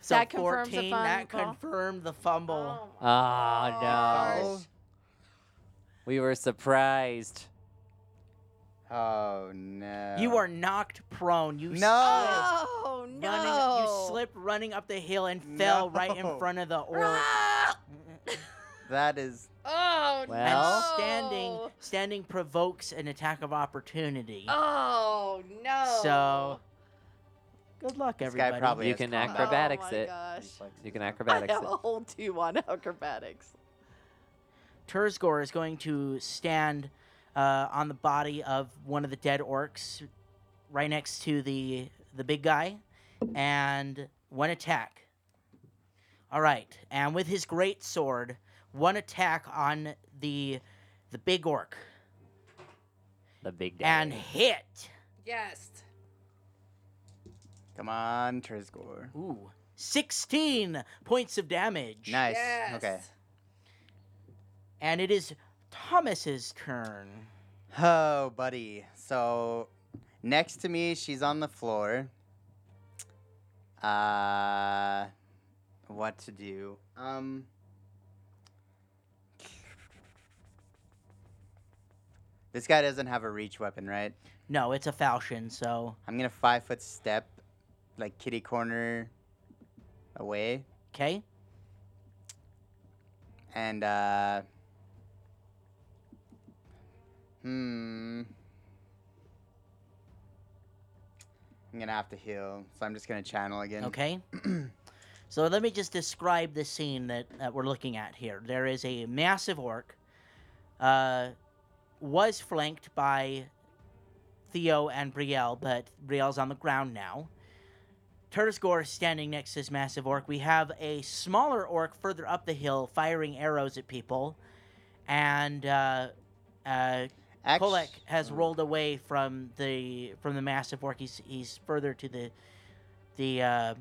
Speaker 2: So
Speaker 6: That confirms
Speaker 2: 14,
Speaker 6: the
Speaker 2: that
Speaker 6: fumble.
Speaker 2: confirmed the fumble. Oh.
Speaker 6: Oh, my
Speaker 1: Ah, no.
Speaker 6: gosh.
Speaker 1: We were surprised.
Speaker 4: Oh no.
Speaker 2: You are knocked prone. You
Speaker 4: No.
Speaker 2: slip.
Speaker 6: Oh, no.
Speaker 2: running. You slipped running up the hill and fell right in
Speaker 4: No.
Speaker 2: front of the orc.
Speaker 6: Ah!
Speaker 4: That is.
Speaker 6: Oh,
Speaker 2: and
Speaker 1: Well.
Speaker 6: no.
Speaker 2: standing, standing provokes an attack of opportunity.
Speaker 6: Oh, no.
Speaker 2: So, good luck,
Speaker 4: This guy
Speaker 2: everybody.
Speaker 4: probably
Speaker 1: You
Speaker 4: has
Speaker 1: can
Speaker 4: combat.
Speaker 1: acrobat- acrobatics
Speaker 6: oh, my
Speaker 1: it.
Speaker 6: Gosh.
Speaker 1: You can
Speaker 6: I
Speaker 1: acrobatics
Speaker 6: have a
Speaker 1: it.
Speaker 6: whole two on acrobatics.
Speaker 2: Terzgor is going to stand uh, on the body of one of the dead orcs, right next to the the big guy, and one attack. All right, and with his great sword, one attack on the the big orc
Speaker 1: The big
Speaker 2: and
Speaker 1: daddy.
Speaker 2: hit.
Speaker 6: Yes.
Speaker 4: Come on, Trisgore.
Speaker 2: Ooh, sixteen points of damage.
Speaker 4: Nice. Okay.
Speaker 2: And it is Thomas's turn.
Speaker 4: Oh, buddy. So, next to me, she's on the floor. Uh, what to do? Um, this guy doesn't have a reach weapon, right?
Speaker 2: No, it's a falchion, so
Speaker 4: I'm gonna five foot step, like kitty corner, away,
Speaker 2: okay.
Speaker 4: and uh, hmm. I'm gonna have to heal, so I'm just gonna channel again.
Speaker 2: Okay. so let me just describe the scene that, that we're looking at here. There is a massive orc, uh, was flanked by Theo and Brielle, but Brielle's on the ground now. Turtisgore is standing next to this massive orc. We have a smaller orc further up the hill firing arrows at people, and uh, uh,
Speaker 4: Act-
Speaker 2: Kolek has rolled away from the from the massive orc. He's he's further to the the uh,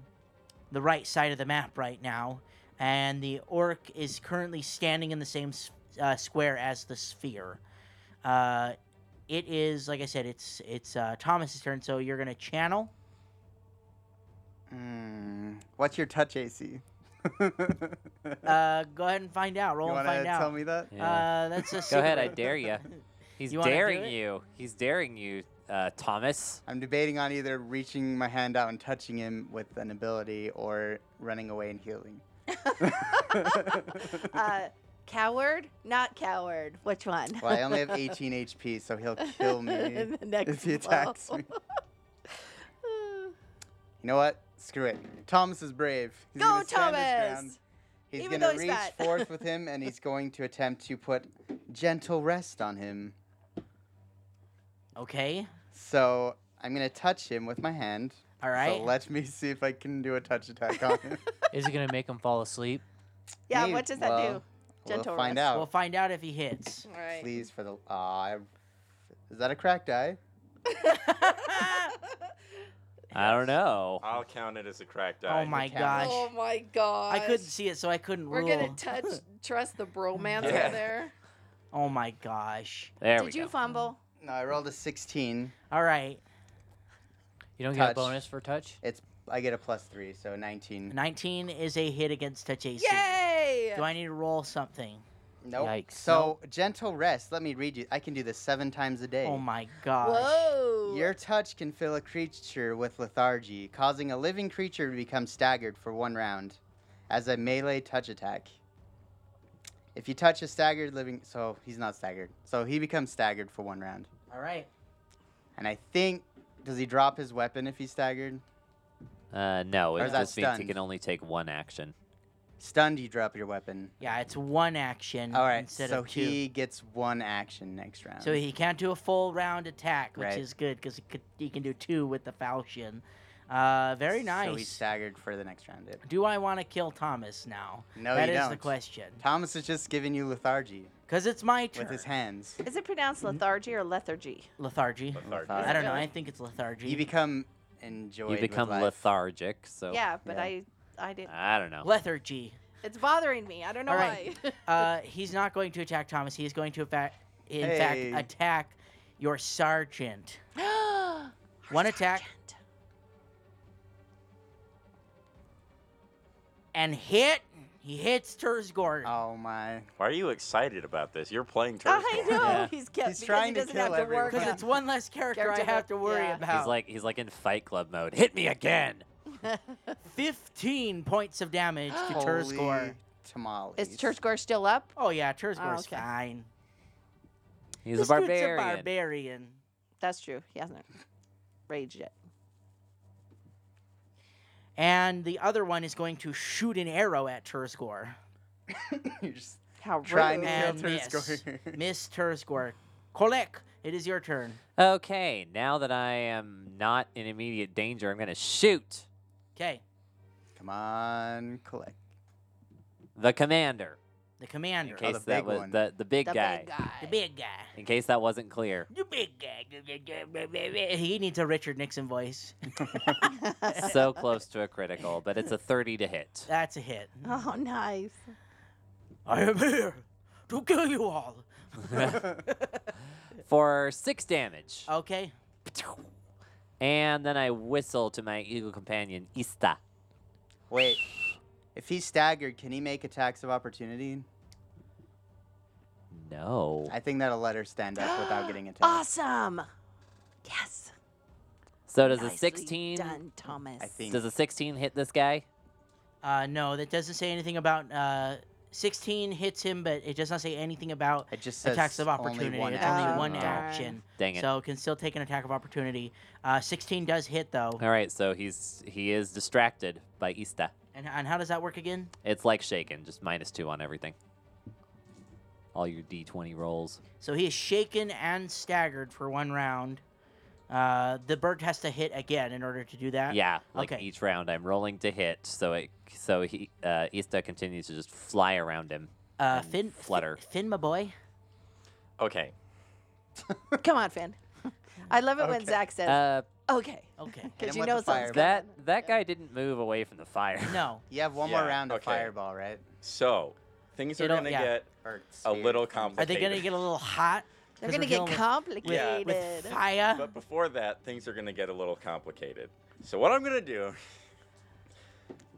Speaker 2: the right side of the map right now, and the orc is currently standing in the same s- uh, square as the sphere. Uh, it is like I said. It's it's uh, Thomas's turn, so you're gonna channel.
Speaker 4: Hmm. What's your touch AC? you
Speaker 2: Uh, go ahead and find out. Roll and
Speaker 4: wanna
Speaker 2: find out.
Speaker 4: tell me that?
Speaker 1: Yeah.
Speaker 2: Uh, that's a
Speaker 1: Go ahead, I
Speaker 2: super-
Speaker 1: dare you. He's
Speaker 2: you wanna do
Speaker 1: daring
Speaker 2: it?
Speaker 1: you. He's daring you, uh, Thomas.
Speaker 4: I'm debating on either reaching my hand out and touching him with an ability or running away and healing.
Speaker 6: Uh, coward, not coward. Which one?
Speaker 4: Well, I only have 18 HP, so he'll kill me
Speaker 6: The next
Speaker 4: if he attacks
Speaker 6: blow.
Speaker 4: me. You know what? Screw it. Thomas is brave. He's
Speaker 6: Go,
Speaker 4: gonna stand his
Speaker 6: Thomas!
Speaker 4: ground. He's
Speaker 6: Even though
Speaker 4: gonna
Speaker 6: he's
Speaker 4: reach
Speaker 6: fat.
Speaker 4: forth with him, and he's going to attempt to put gentle rest on him.
Speaker 2: Okay.
Speaker 4: So I'm gonna touch him with my hand.
Speaker 2: All right.
Speaker 4: So let me see if I can do a touch attack on him.
Speaker 5: Is it gonna make him fall asleep?
Speaker 6: Yeah,
Speaker 4: Me-
Speaker 6: what does that
Speaker 4: well,
Speaker 6: do? Gentle
Speaker 4: we'll find
Speaker 6: rest.
Speaker 4: out.
Speaker 2: we'll find out if he hits.
Speaker 6: All right.
Speaker 4: Please, for the aw, I- is that a cracked eye?
Speaker 6: Ah!
Speaker 1: I don't know.
Speaker 3: I'll count it as a cracked eye.
Speaker 2: Oh my
Speaker 4: counts.
Speaker 2: gosh.
Speaker 6: oh my god.
Speaker 2: I couldn't see it, so I couldn't
Speaker 6: We're
Speaker 2: rule.
Speaker 6: gonna touch trust the bromance
Speaker 3: Yeah.
Speaker 6: over there.
Speaker 2: oh my gosh!
Speaker 1: There we
Speaker 6: Did you
Speaker 1: go.
Speaker 6: fumble?
Speaker 4: No, I rolled a 16.
Speaker 2: All right,
Speaker 5: You don't get a
Speaker 4: Touch.
Speaker 5: bonus for touch.
Speaker 4: I get a plus three, so 19.
Speaker 2: nineteen is a hit against touch AC.
Speaker 6: Yay!
Speaker 2: Do I need to roll something?
Speaker 4: Nope.
Speaker 5: Yikes.
Speaker 4: So gentle rest. Let me read you. I can do this seven times a day.
Speaker 2: Oh my gosh!
Speaker 6: Whoa!
Speaker 4: Your touch can fill a creature with lethargy, causing a living creature to become staggered for one round as a melee touch attack. If you touch a staggered living, so he's not staggered, so he becomes staggered for one round.
Speaker 2: All right.
Speaker 4: And I think does he drop his weapon if he's staggered?
Speaker 1: Uh, no,
Speaker 4: Or
Speaker 1: it
Speaker 4: is that
Speaker 1: just means he
Speaker 4: stunned?
Speaker 1: can only take one action.
Speaker 4: Stunned, you drop your weapon.
Speaker 2: Yeah, it's one action
Speaker 4: All right,
Speaker 2: Mm, instead
Speaker 4: so
Speaker 2: of two.
Speaker 4: he gets one action next round.
Speaker 2: So he can't do a full round attack, which
Speaker 4: Right.
Speaker 2: is good because he, could- he can do two with the falchion. Uh, very nice.
Speaker 4: So he's staggered for the next round. Yep.
Speaker 2: do I want to kill Thomas now?
Speaker 4: No,
Speaker 2: that
Speaker 4: you
Speaker 2: is
Speaker 4: don't.
Speaker 2: the question.
Speaker 4: Thomas is just giving you lethargy
Speaker 2: Because it's my turn.
Speaker 4: with his hands.
Speaker 6: Is it pronounced
Speaker 4: Mm-hmm.
Speaker 6: lethargy or lethargy?
Speaker 2: Lethargy.
Speaker 3: Lethargy.
Speaker 4: Lethargy.
Speaker 2: I don't know.
Speaker 6: Really?
Speaker 2: I think it's lethargy.
Speaker 4: You become enjoyed.
Speaker 1: you
Speaker 4: with
Speaker 1: become
Speaker 4: life.
Speaker 1: lethargic, so
Speaker 6: yeah, but
Speaker 4: yeah.
Speaker 6: I, I didn't.
Speaker 1: I don't know.
Speaker 2: lethargy.
Speaker 6: It's bothering me. I don't know
Speaker 2: All
Speaker 6: why.
Speaker 2: right. Uh, he's not going to attack Thomas. He's going to, fa- in
Speaker 4: Hey.
Speaker 2: fact, attack your sergeant. One attack. And hit. He hits Terzgord.
Speaker 4: Oh my!
Speaker 3: Why are you excited about this? you're playing Tursdor.
Speaker 6: I know
Speaker 1: Yeah.
Speaker 6: he's kept
Speaker 4: He's
Speaker 6: because
Speaker 4: trying
Speaker 6: he
Speaker 4: to
Speaker 6: doesn't
Speaker 4: kill
Speaker 6: have to work.
Speaker 4: everyone.
Speaker 2: Because
Speaker 4: Yeah.
Speaker 2: it's one less character,
Speaker 6: Character
Speaker 2: I have to worry
Speaker 6: yeah.
Speaker 2: about.
Speaker 1: He's like he's like in Fight Club mode. Hit me again.
Speaker 2: 15 points of damage to Terzgor.
Speaker 4: Holy tamales.
Speaker 6: Is Churchgoer still up?
Speaker 2: Oh, yeah, Terzgor's
Speaker 6: okay.
Speaker 2: fine.
Speaker 1: He's
Speaker 2: This
Speaker 1: a
Speaker 2: dude's
Speaker 1: barbarian.
Speaker 2: barbarian.
Speaker 6: That's true. He hasn't raged yet.
Speaker 2: And the other one is going to shoot an arrow at Terzgor.
Speaker 4: You're just
Speaker 6: How
Speaker 4: trying
Speaker 6: rude.
Speaker 4: to
Speaker 2: And
Speaker 4: kill
Speaker 2: miss.
Speaker 4: Terzgor.
Speaker 2: Miss Terzgor. Kolek, it is your turn.
Speaker 1: Okay, now that I am not in immediate danger, I'm gonna shoot
Speaker 2: Okay,
Speaker 4: Come on, collect.
Speaker 1: the commander.
Speaker 2: the commander.
Speaker 1: In
Speaker 4: Oh, the
Speaker 1: case that
Speaker 4: big
Speaker 1: was
Speaker 4: one.
Speaker 1: the the big
Speaker 6: the
Speaker 1: guy.
Speaker 6: big guy.
Speaker 2: The big guy.
Speaker 1: In case that wasn't clear.
Speaker 2: The big guy. He needs a Richard Nixon voice.
Speaker 1: so close to a critical, but it's a 30 to hit.
Speaker 2: That's a hit.
Speaker 6: oh, nice.
Speaker 2: I am here to kill you all.
Speaker 1: For 6 damage.
Speaker 2: Okay.
Speaker 1: And then I whistle to my eagle companion, Ista.
Speaker 4: Wait. If he's staggered, can he make attacks of opportunity?
Speaker 1: No.
Speaker 4: I think that'll let her stand up without getting attacked.
Speaker 6: Awesome. Yes.
Speaker 1: So does a
Speaker 6: Nicely
Speaker 1: 16
Speaker 6: done, Thomas.
Speaker 4: I think.
Speaker 1: does a 16 hit this guy?
Speaker 2: Uh, no, that doesn't say anything about uh, 16 hits him, but it does not say anything about
Speaker 4: It just says
Speaker 2: attacks of opportunity.
Speaker 4: Only one
Speaker 2: it's
Speaker 4: action.
Speaker 2: only one
Speaker 6: action.
Speaker 1: Oh,
Speaker 2: action,
Speaker 1: Dang it.
Speaker 2: so can still take an attack of opportunity. Uh, 16 does hit though,
Speaker 1: All right, so he's he is distracted by Ista.
Speaker 2: and, and how does that work again?
Speaker 1: It's like shaken, just minus 2 on everything. All your d20 rolls.
Speaker 2: So he is shaken and staggered for one round. Uh, the bird has to hit again in order to do that.
Speaker 1: Yeah, like
Speaker 2: Uh, okay.
Speaker 1: each round I'm rolling to hit, so it so he uh, Ista continues to just fly around him.
Speaker 2: Uh,
Speaker 1: and
Speaker 2: Finn,
Speaker 1: flutter.
Speaker 2: Finn, Finn, my boy.
Speaker 3: Okay.
Speaker 6: Come on, Finn. I love it when
Speaker 4: Okay.
Speaker 6: Zach says,
Speaker 1: Uh,
Speaker 6: okay.
Speaker 2: Okay.
Speaker 4: Hit him
Speaker 6: Because you
Speaker 4: with
Speaker 6: know
Speaker 4: the
Speaker 6: something's
Speaker 4: fireball.
Speaker 6: going
Speaker 1: that
Speaker 6: on.
Speaker 1: that guy didn't move away from the fire.
Speaker 2: No.
Speaker 4: You have one
Speaker 3: Yeah,
Speaker 4: more round of
Speaker 3: okay.
Speaker 4: fireball, right?
Speaker 3: So things are
Speaker 2: It'll-
Speaker 3: gonna
Speaker 2: yeah.
Speaker 3: get
Speaker 4: Or
Speaker 3: a
Speaker 4: sphere.
Speaker 3: little
Speaker 2: Are
Speaker 3: complicated.
Speaker 2: they gonna get a little hot?
Speaker 6: They're
Speaker 2: 'Cause
Speaker 6: going to
Speaker 2: we're
Speaker 6: get
Speaker 2: dealing with-
Speaker 6: complicated.
Speaker 2: with fire.
Speaker 3: But before that, things are going to get a little complicated. So what I'm going to do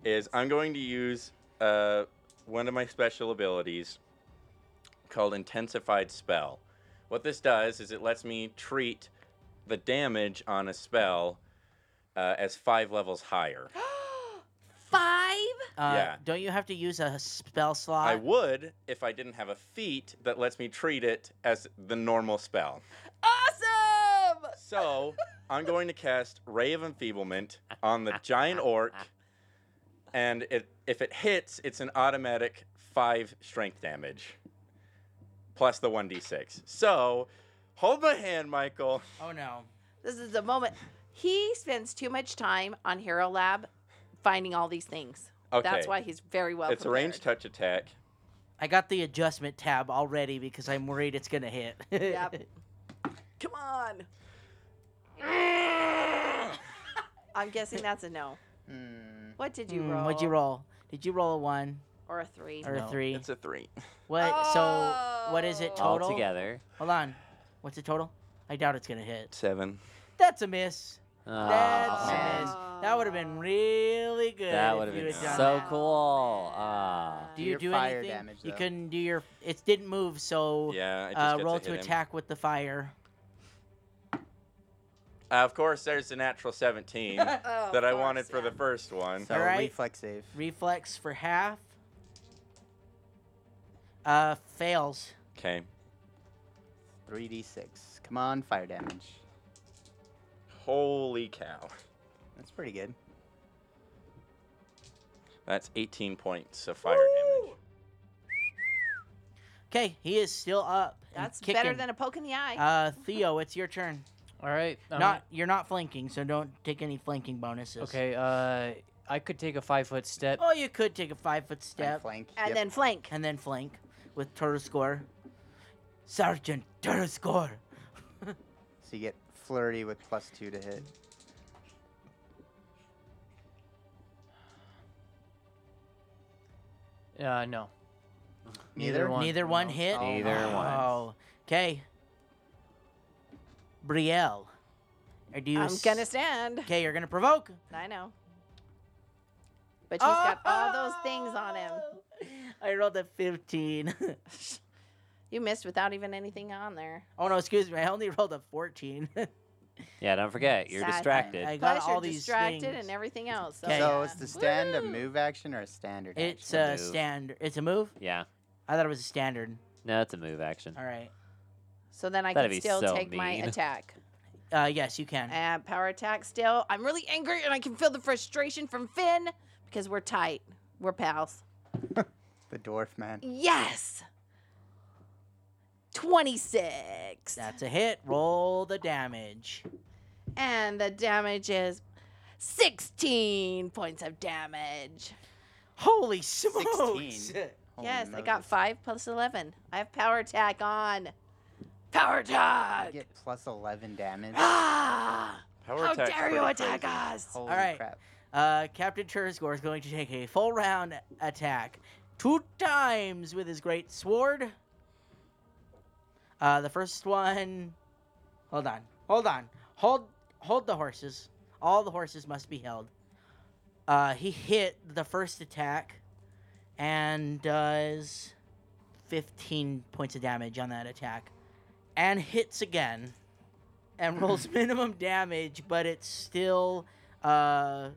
Speaker 3: is I'm going to use uh, one of my special abilities called Intensified Spell. What this does is it lets me treat the damage on a spell uh, as five levels higher.
Speaker 6: Five?
Speaker 2: Uh,
Speaker 3: Yeah.
Speaker 2: Don't you have to use a spell slot?
Speaker 3: I would if I didn't have a feat that lets me treat it as the normal spell.
Speaker 6: Awesome.
Speaker 3: So I'm going to cast Ray of Enfeeblement on the giant orc, and it, if it hits, it's an automatic five strength damage, plus the one d6. So hold my hand, Michael.
Speaker 2: Oh no.
Speaker 6: This is the moment. He spends too much time on Hero Lab finding all these things.
Speaker 3: Okay,
Speaker 6: That's why he's very well
Speaker 3: it's a
Speaker 6: prepared.
Speaker 3: ranged touch attack.
Speaker 2: I got the adjustment tab already because I'm worried it's gonna hit.
Speaker 6: Yep. Come on. I'm guessing that's a no.
Speaker 4: Hmm.
Speaker 6: What did you
Speaker 2: Hmm,
Speaker 6: roll?
Speaker 2: what'd you roll? Did you roll a one
Speaker 6: Or a three?
Speaker 2: or
Speaker 1: No.
Speaker 2: a three?
Speaker 3: It's a three.
Speaker 2: What? So what is it
Speaker 6: Oh.
Speaker 1: All
Speaker 2: total?
Speaker 1: together.
Speaker 2: Hold on. What's the total? I doubt it's gonna hit.
Speaker 3: Seven.
Speaker 2: That's a miss. That's
Speaker 1: Aw.
Speaker 4: man.
Speaker 2: a miss. That would have been really good.
Speaker 1: That
Speaker 2: if
Speaker 1: would have
Speaker 2: you
Speaker 1: been
Speaker 2: had done
Speaker 1: so
Speaker 2: that.
Speaker 1: cool.
Speaker 6: man.
Speaker 1: Ah.
Speaker 2: Do you
Speaker 4: Your
Speaker 2: do
Speaker 4: fire
Speaker 2: anything?
Speaker 4: damage,
Speaker 2: you
Speaker 4: though.
Speaker 2: couldn't do your. It didn't move, so
Speaker 3: Yeah, I just
Speaker 2: uh,
Speaker 3: get
Speaker 2: roll
Speaker 3: to,
Speaker 2: to
Speaker 3: hit him.
Speaker 2: attack with the fire.
Speaker 3: Uh, of course, there's the natural 17 that
Speaker 6: Oh,
Speaker 3: I
Speaker 6: of
Speaker 3: wanted
Speaker 6: course,
Speaker 3: for the
Speaker 6: yeah.
Speaker 3: first one.
Speaker 4: So
Speaker 2: All right.
Speaker 4: reflex save.
Speaker 2: Reflex for half. Uh, fails.
Speaker 3: Okay.
Speaker 4: 3d6. Come on, fire damage.
Speaker 3: Holy cow.
Speaker 4: That's pretty good.
Speaker 3: That's 18 points of fire damage.
Speaker 2: Okay, he is still up. and
Speaker 6: That's better
Speaker 2: kicking.
Speaker 6: than a poke in the eye.
Speaker 2: Uh, Theo, it's your turn.
Speaker 5: All right. um,
Speaker 2: not you're not flanking, so don't take any flanking bonuses.
Speaker 5: Okay. Uh, I could take a five foot step.
Speaker 2: Well, you could take a five foot
Speaker 4: And
Speaker 2: step
Speaker 4: Flank.
Speaker 6: and
Speaker 4: yep.
Speaker 6: then flank.
Speaker 2: and then flank with Turtoscore. Sergeant Turtoscore.
Speaker 4: So you get flurry with plus two to hit.
Speaker 5: Uh, no.
Speaker 4: Neither?
Speaker 5: one.
Speaker 2: Neither one
Speaker 5: No.
Speaker 2: hit.
Speaker 4: Oh,
Speaker 1: Neither
Speaker 4: no.
Speaker 1: one.
Speaker 2: Oh, okay. Brielle, or do you?
Speaker 6: I'm gonna stand.
Speaker 2: Okay, you're gonna provoke.
Speaker 6: I know. But he's got all those things on him.
Speaker 2: I rolled a 15.
Speaker 6: You missed without even anything on there.
Speaker 2: oh no, excuse me. I only rolled a 14.
Speaker 1: Yeah, don't forget, you're
Speaker 6: Sad.
Speaker 1: distracted.
Speaker 2: I got
Speaker 6: Plus,
Speaker 2: all
Speaker 6: you're
Speaker 2: these
Speaker 6: distracted
Speaker 2: things.
Speaker 6: and everything else. So,
Speaker 2: Okay.
Speaker 4: So
Speaker 6: yeah.
Speaker 4: is the stand a
Speaker 6: Woo!
Speaker 4: move action or a standard
Speaker 2: It's
Speaker 4: action?
Speaker 1: a
Speaker 2: a
Speaker 1: move.
Speaker 2: standard. It's a move.
Speaker 1: yeah.
Speaker 2: I thought it was a standard.
Speaker 1: No, it's a move action.
Speaker 2: All right.
Speaker 6: So then I
Speaker 1: That'd
Speaker 6: can
Speaker 1: be
Speaker 6: still
Speaker 1: so
Speaker 6: take my
Speaker 1: mean.
Speaker 6: attack.
Speaker 2: Uh, yes, you can.
Speaker 6: And power attack still. I'm really angry and I can feel the frustration from Finn because we're tight. We're pals.
Speaker 2: uh,
Speaker 4: The dwarf man.
Speaker 6: Yes! 26.
Speaker 2: That's a hit. Roll the damage.
Speaker 6: And the damage is 16 points of damage.
Speaker 2: Holy smokes!
Speaker 4: Holy
Speaker 6: yes, I
Speaker 4: Moses.
Speaker 6: got 5 plus 11. I have power attack on. Power attack!
Speaker 4: You get plus 11 damage.
Speaker 6: Ah!
Speaker 3: Power
Speaker 6: How
Speaker 3: attack's
Speaker 6: dare you
Speaker 3: pretty
Speaker 6: attack
Speaker 3: crazy.
Speaker 6: us!
Speaker 4: Holy
Speaker 2: right.
Speaker 4: crap.
Speaker 2: Uh, Captain Turskor is going to take a full round attack two times with his great sword. Uh, the first one. Hold on. Hold on. Hold hold the horses. All the horses must be held. Uh, he hit the first attack and does 15 points of damage on that attack and hits again and rolls minimum damage, but it's still uh,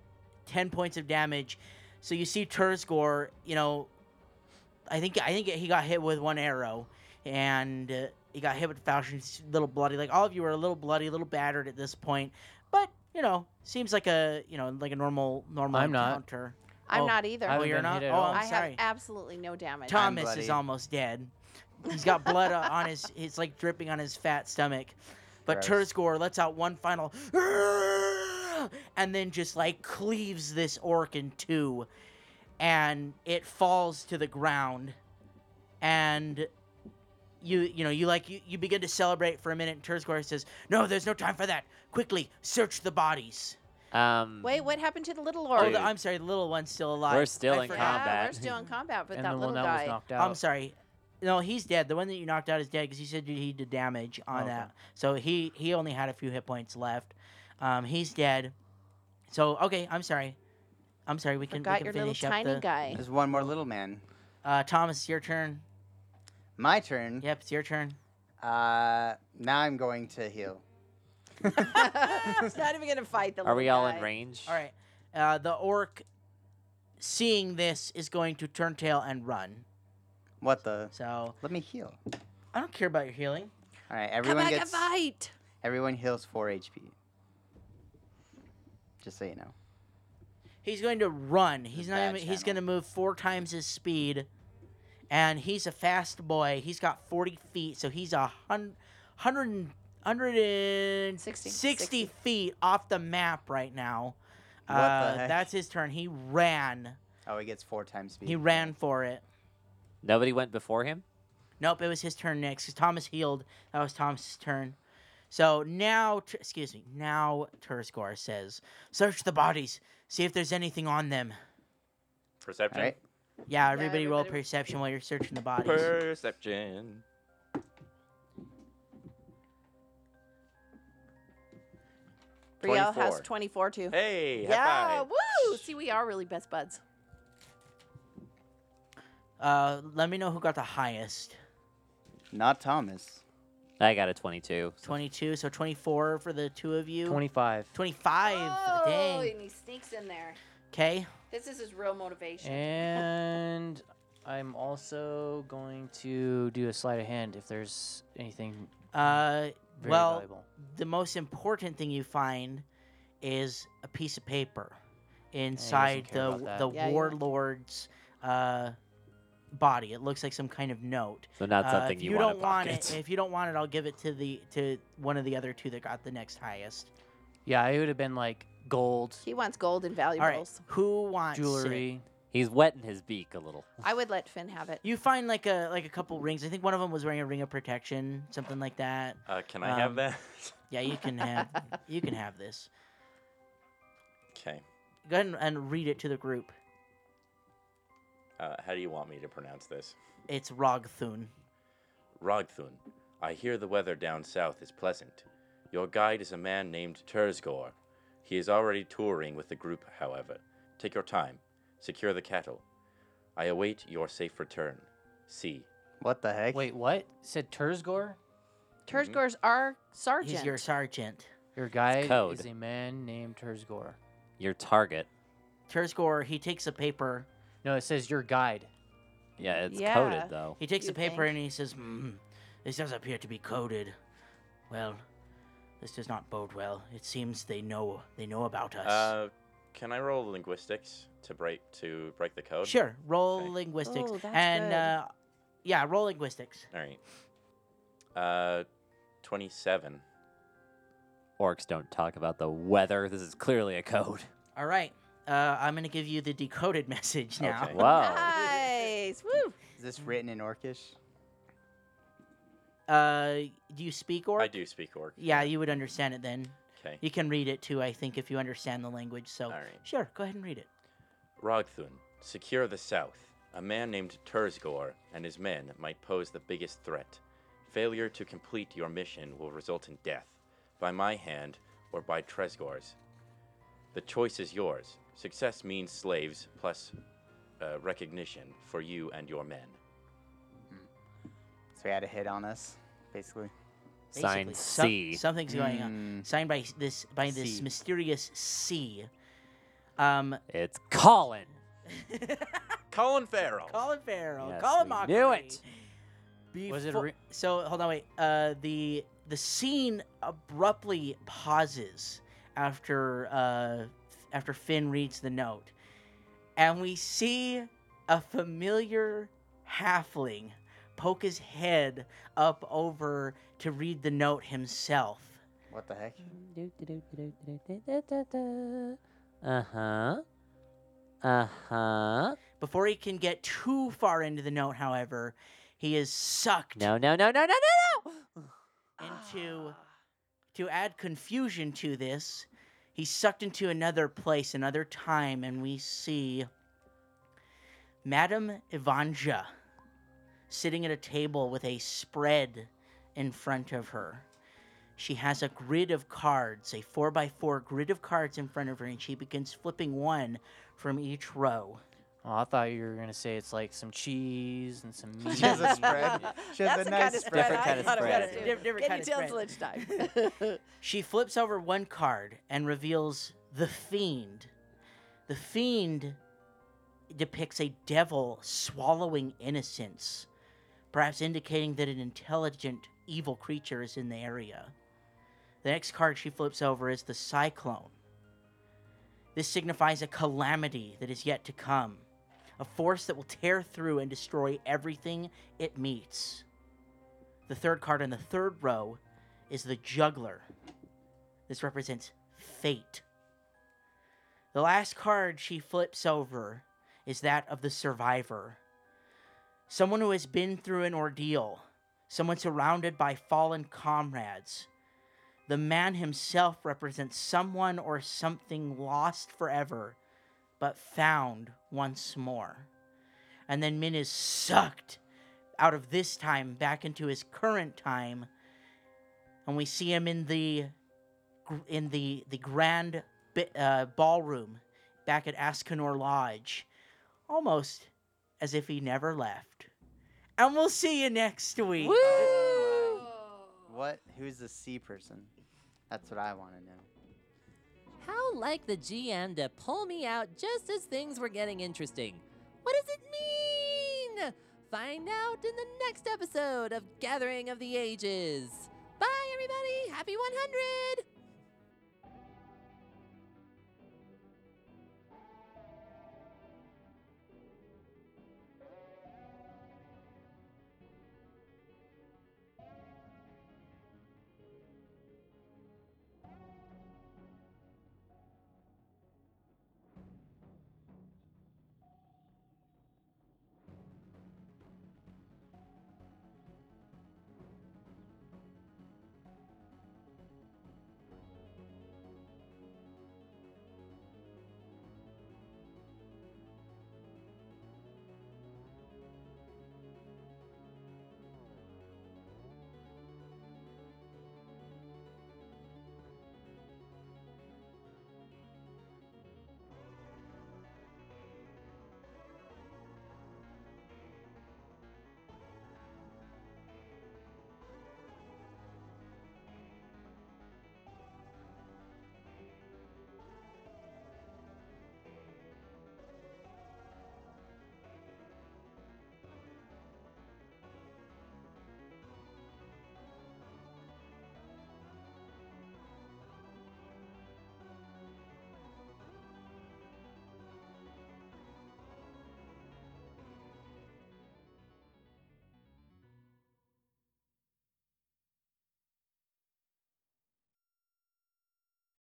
Speaker 2: 10 points of damage. So you see Turskor, you know, I think I think he got hit with one arrow, and uh, he got hit with Falchion. He's a little bloody. Like all of you are a little bloody, a little battered at this point, but you know, seems like a you know like a normal normal
Speaker 5: I'm not.
Speaker 2: encounter.
Speaker 6: I'm
Speaker 2: Oh,
Speaker 6: not either.
Speaker 5: I
Speaker 2: Oh,
Speaker 5: haven't
Speaker 2: you're
Speaker 5: been
Speaker 2: not.
Speaker 5: hit at
Speaker 2: Oh,
Speaker 5: all.
Speaker 2: I'm
Speaker 6: I have
Speaker 2: sorry.
Speaker 6: absolutely no damage.
Speaker 4: Tom-
Speaker 2: Thomas is
Speaker 4: bloody.
Speaker 2: almost dead. He's got blood uh, on his. It's like dripping on his fat stomach. But
Speaker 4: Gross.
Speaker 2: Turskor lets out one final, and then just like cleaves this orc in two, and it falls to the ground, and you you know you like you, you begin to celebrate for a minute. And Turskor says, "No, there's no time for that. Quickly search the bodies."
Speaker 1: Um,
Speaker 6: Wait, what happened to the little
Speaker 2: Oh,
Speaker 6: orc?
Speaker 2: the, I'm sorry, the little one's still alive.
Speaker 1: We're still in
Speaker 6: yeah,
Speaker 2: forgot.
Speaker 1: combat.
Speaker 6: we're still in combat, but
Speaker 5: and
Speaker 6: that
Speaker 5: the
Speaker 6: little
Speaker 5: one that
Speaker 6: guy.
Speaker 5: was knocked out.
Speaker 2: I'm sorry. No, he's dead. The one that you knocked out is dead because he said he did damage on
Speaker 5: Okay.
Speaker 2: that. So he he only had a few hit points left. Um, he's dead. So okay, I'm sorry. I'm sorry. We can, we
Speaker 6: Forgot
Speaker 2: can
Speaker 6: your little
Speaker 2: finish
Speaker 6: tiny
Speaker 2: up the.
Speaker 6: guy.
Speaker 4: There's one more little man.
Speaker 2: Uh, Thomas, it's your turn.
Speaker 4: My turn.
Speaker 2: Yep, it's your turn.
Speaker 4: Uh, now I'm going to heal.
Speaker 6: He's not even gonna fight the.
Speaker 1: Are we
Speaker 6: little
Speaker 1: all in
Speaker 6: guy.
Speaker 1: range?
Speaker 2: All right. Uh, the orc, seeing this, is going to turn tail and run.
Speaker 4: What the?
Speaker 2: So
Speaker 4: Let me heal.
Speaker 2: I don't care about your healing.
Speaker 4: All right,
Speaker 6: Come
Speaker 4: everyone
Speaker 6: back
Speaker 4: gets
Speaker 6: and fight.
Speaker 4: everyone heals 4 HP. Just so you know.
Speaker 2: He's going to run. He's not.
Speaker 4: bad
Speaker 2: Even, he's
Speaker 4: channel.
Speaker 2: going to move four times his speed, and he's a fast boy. He's got forty feet, so he's a hun- hundred and- hundred and
Speaker 6: Sixty.
Speaker 2: sixty
Speaker 6: Sixty.
Speaker 2: feet off the map right now.
Speaker 4: What the
Speaker 2: uh,
Speaker 4: heck?
Speaker 2: That's his turn. He ran.
Speaker 4: Oh, he gets 4 times speed.
Speaker 2: He ran for it.
Speaker 1: Nobody went before him?
Speaker 2: Nope, it was his turn next. 'cause Thomas healed. That was Thomas' turn. So now, Tur- excuse me, now Turskor says, search the bodies, see if there's anything on them.
Speaker 3: Perception.
Speaker 4: All right.
Speaker 2: Yeah, everybody, roll
Speaker 6: everybody-
Speaker 2: perception while you're searching the bodies.
Speaker 3: Perception.
Speaker 6: Brielle
Speaker 3: 24.
Speaker 6: has twenty-four too.
Speaker 3: Hey, high
Speaker 6: yeah,
Speaker 3: five.
Speaker 6: woo! See, we are really best buds.
Speaker 2: Uh, let me know who got the highest.
Speaker 4: Not Thomas.
Speaker 1: I got a 22. so-
Speaker 2: 22, so 24 for the two of you.
Speaker 5: Twenty-five.
Speaker 2: 25.
Speaker 6: oh,
Speaker 2: Dang.
Speaker 6: and he sneaks in there.
Speaker 2: Okay.
Speaker 6: This is his real motivation.
Speaker 5: And I'm also going to do a sleight of hand if there's anything
Speaker 2: Uh,
Speaker 5: very
Speaker 2: Well,
Speaker 5: valuable.
Speaker 2: the most important thing you find is a piece of paper inside
Speaker 5: care
Speaker 2: the
Speaker 5: about that.
Speaker 2: the
Speaker 6: Yeah, yeah.
Speaker 2: warlord's uh, body. It looks like some kind of note.
Speaker 1: So not
Speaker 2: Uh,
Speaker 1: something
Speaker 2: if
Speaker 1: you,
Speaker 2: you
Speaker 1: want
Speaker 2: don't
Speaker 1: to
Speaker 2: want
Speaker 1: pocket.
Speaker 2: it. If you don't want it, I'll give it to the to one of the other two that got the next highest.
Speaker 5: Yeah, it would have been like gold,
Speaker 6: He wants gold and
Speaker 2: All right,
Speaker 6: valuables.
Speaker 2: who wants it?
Speaker 5: jewelry.
Speaker 1: He's wetting his beak a little.
Speaker 6: I would let Finn have it.
Speaker 2: You find like a like a couple rings. I think one of them was wearing a ring of protection, something like that.
Speaker 3: Uh, can I have
Speaker 2: Um,
Speaker 3: that?
Speaker 2: Yeah, you can have you can have this.
Speaker 3: okay.
Speaker 2: Go ahead and, and read it to the group.
Speaker 3: Uh, how do you want me to pronounce this?
Speaker 2: It's Rogthun.
Speaker 3: Rogthun, I hear the weather down south is pleasant. Your guide is a man named Terzgor. He is already touring with the group, however. Take your time. Secure the cattle. I await your safe return. C.
Speaker 4: What the heck?
Speaker 5: Wait, what? Said Terzgor?
Speaker 6: Terzgor's our sergeant.
Speaker 2: He's your sergeant.
Speaker 5: Your guide
Speaker 1: code.
Speaker 5: is a man named Terzgor.
Speaker 1: Your target.
Speaker 2: Terzgor, he takes a paper.
Speaker 5: No, it says your guide.
Speaker 1: Yeah, it's
Speaker 6: Yeah.
Speaker 1: coded though.
Speaker 2: He takes
Speaker 6: You
Speaker 2: a paper
Speaker 6: think?
Speaker 2: and he says, mm, "This does appear to be coded." Well, this does not bode well. It seems they know they know about us.
Speaker 3: Uh, can I roll linguistics to break to break the code?
Speaker 2: Sure. Roll
Speaker 3: Okay.
Speaker 2: linguistics.
Speaker 6: Oh, that's
Speaker 2: and
Speaker 6: good.
Speaker 2: uh yeah, roll linguistics.
Speaker 3: All right. Uh, twenty-seven.
Speaker 1: Orcs don't talk about the weather. This is clearly a code.
Speaker 2: All right. Uh, I'm gonna give you the decoded message now.
Speaker 3: Okay.
Speaker 4: Oh.
Speaker 1: Wow.
Speaker 6: Nice. Woo.
Speaker 4: Is this written in Orcish?
Speaker 2: Uh, do you speak Orc?
Speaker 3: I do speak Orc.
Speaker 2: Yeah, you would understand it then.
Speaker 3: Okay.
Speaker 2: You can read it too, I think, if you understand the language. So
Speaker 3: All right.
Speaker 2: sure, go ahead and read it.
Speaker 3: Rogthun, secure the south. A man named Terzgor and his men might pose the biggest threat. Failure to complete your mission will result in death, by my hand or by Tresgor's. The choice is yours. Success means slaves plus uh, recognition for you and your men.
Speaker 4: So he had a hit on us, basically.
Speaker 1: Sign
Speaker 2: Basically, some-
Speaker 1: C.
Speaker 2: something's going uh, on.
Speaker 4: Mm,
Speaker 2: Signed by s- this by this
Speaker 4: C.
Speaker 2: mysterious C. Um,
Speaker 1: It's Colin.
Speaker 3: Colin Farrell.
Speaker 2: Colin Farrell,
Speaker 1: Yes,
Speaker 2: Colin
Speaker 1: we
Speaker 2: Mockery.
Speaker 1: knew it.
Speaker 5: Was it
Speaker 2: Befo-
Speaker 5: re-
Speaker 2: so? Hold on, wait. Uh, the the scene abruptly pauses after uh, after Finn reads the note, and we see a familiar halfling poke his head up over to read the note himself.
Speaker 4: What the heck?
Speaker 1: Uh huh. Uh huh.
Speaker 2: Before he can get too far into the note, however, he is sucked
Speaker 1: No, no, no, no, no, no, no.
Speaker 2: into to add confusion to this he's sucked into another place another time and we see madame ivanja sitting at a table with a spread in front of her she has a grid of cards a 4x4 grid of cards in front of her and she begins flipping one from each row
Speaker 5: Oh, I thought you were gonna say it's like some cheese and some meat.
Speaker 4: She has a spread. She has
Speaker 6: That's
Speaker 4: a
Speaker 6: the
Speaker 4: nice
Speaker 6: kind of
Speaker 4: spread. Different
Speaker 6: spread I
Speaker 4: kind of
Speaker 6: thought about
Speaker 4: spread.
Speaker 6: it.
Speaker 2: Diff- different
Speaker 6: Can
Speaker 2: kind
Speaker 6: you
Speaker 2: of
Speaker 6: tell it's
Speaker 2: spread.
Speaker 6: lunchtime?
Speaker 2: She flips over one card and reveals the fiend. The fiend depicts a devil swallowing innocence, perhaps indicating that an intelligent, evil creature is in the area. The next card she flips over is the cyclone. This signifies a calamity that is yet to come, a force that will tear through and destroy everything it meets. The third card in the third row is the juggler. This represents fate. The last card she flips over is that of the survivor. Someone who has been through an ordeal, someone surrounded by fallen comrades. The man himself represents someone or something lost forever, but found once more. And then Min is sucked out of this time back into his current time, and we see him in the gr- in the the grand bi- uh, ballroom back at Ascanor Lodge, almost as if he never left. And we'll see you next week.
Speaker 4: What? Who's the C person? That's what I want to know.
Speaker 7: How like the GM to pull me out just as things were getting interesting. What does it mean? Find out in the next episode of Gathering of the Ages. Bye, everybody. Happy 100.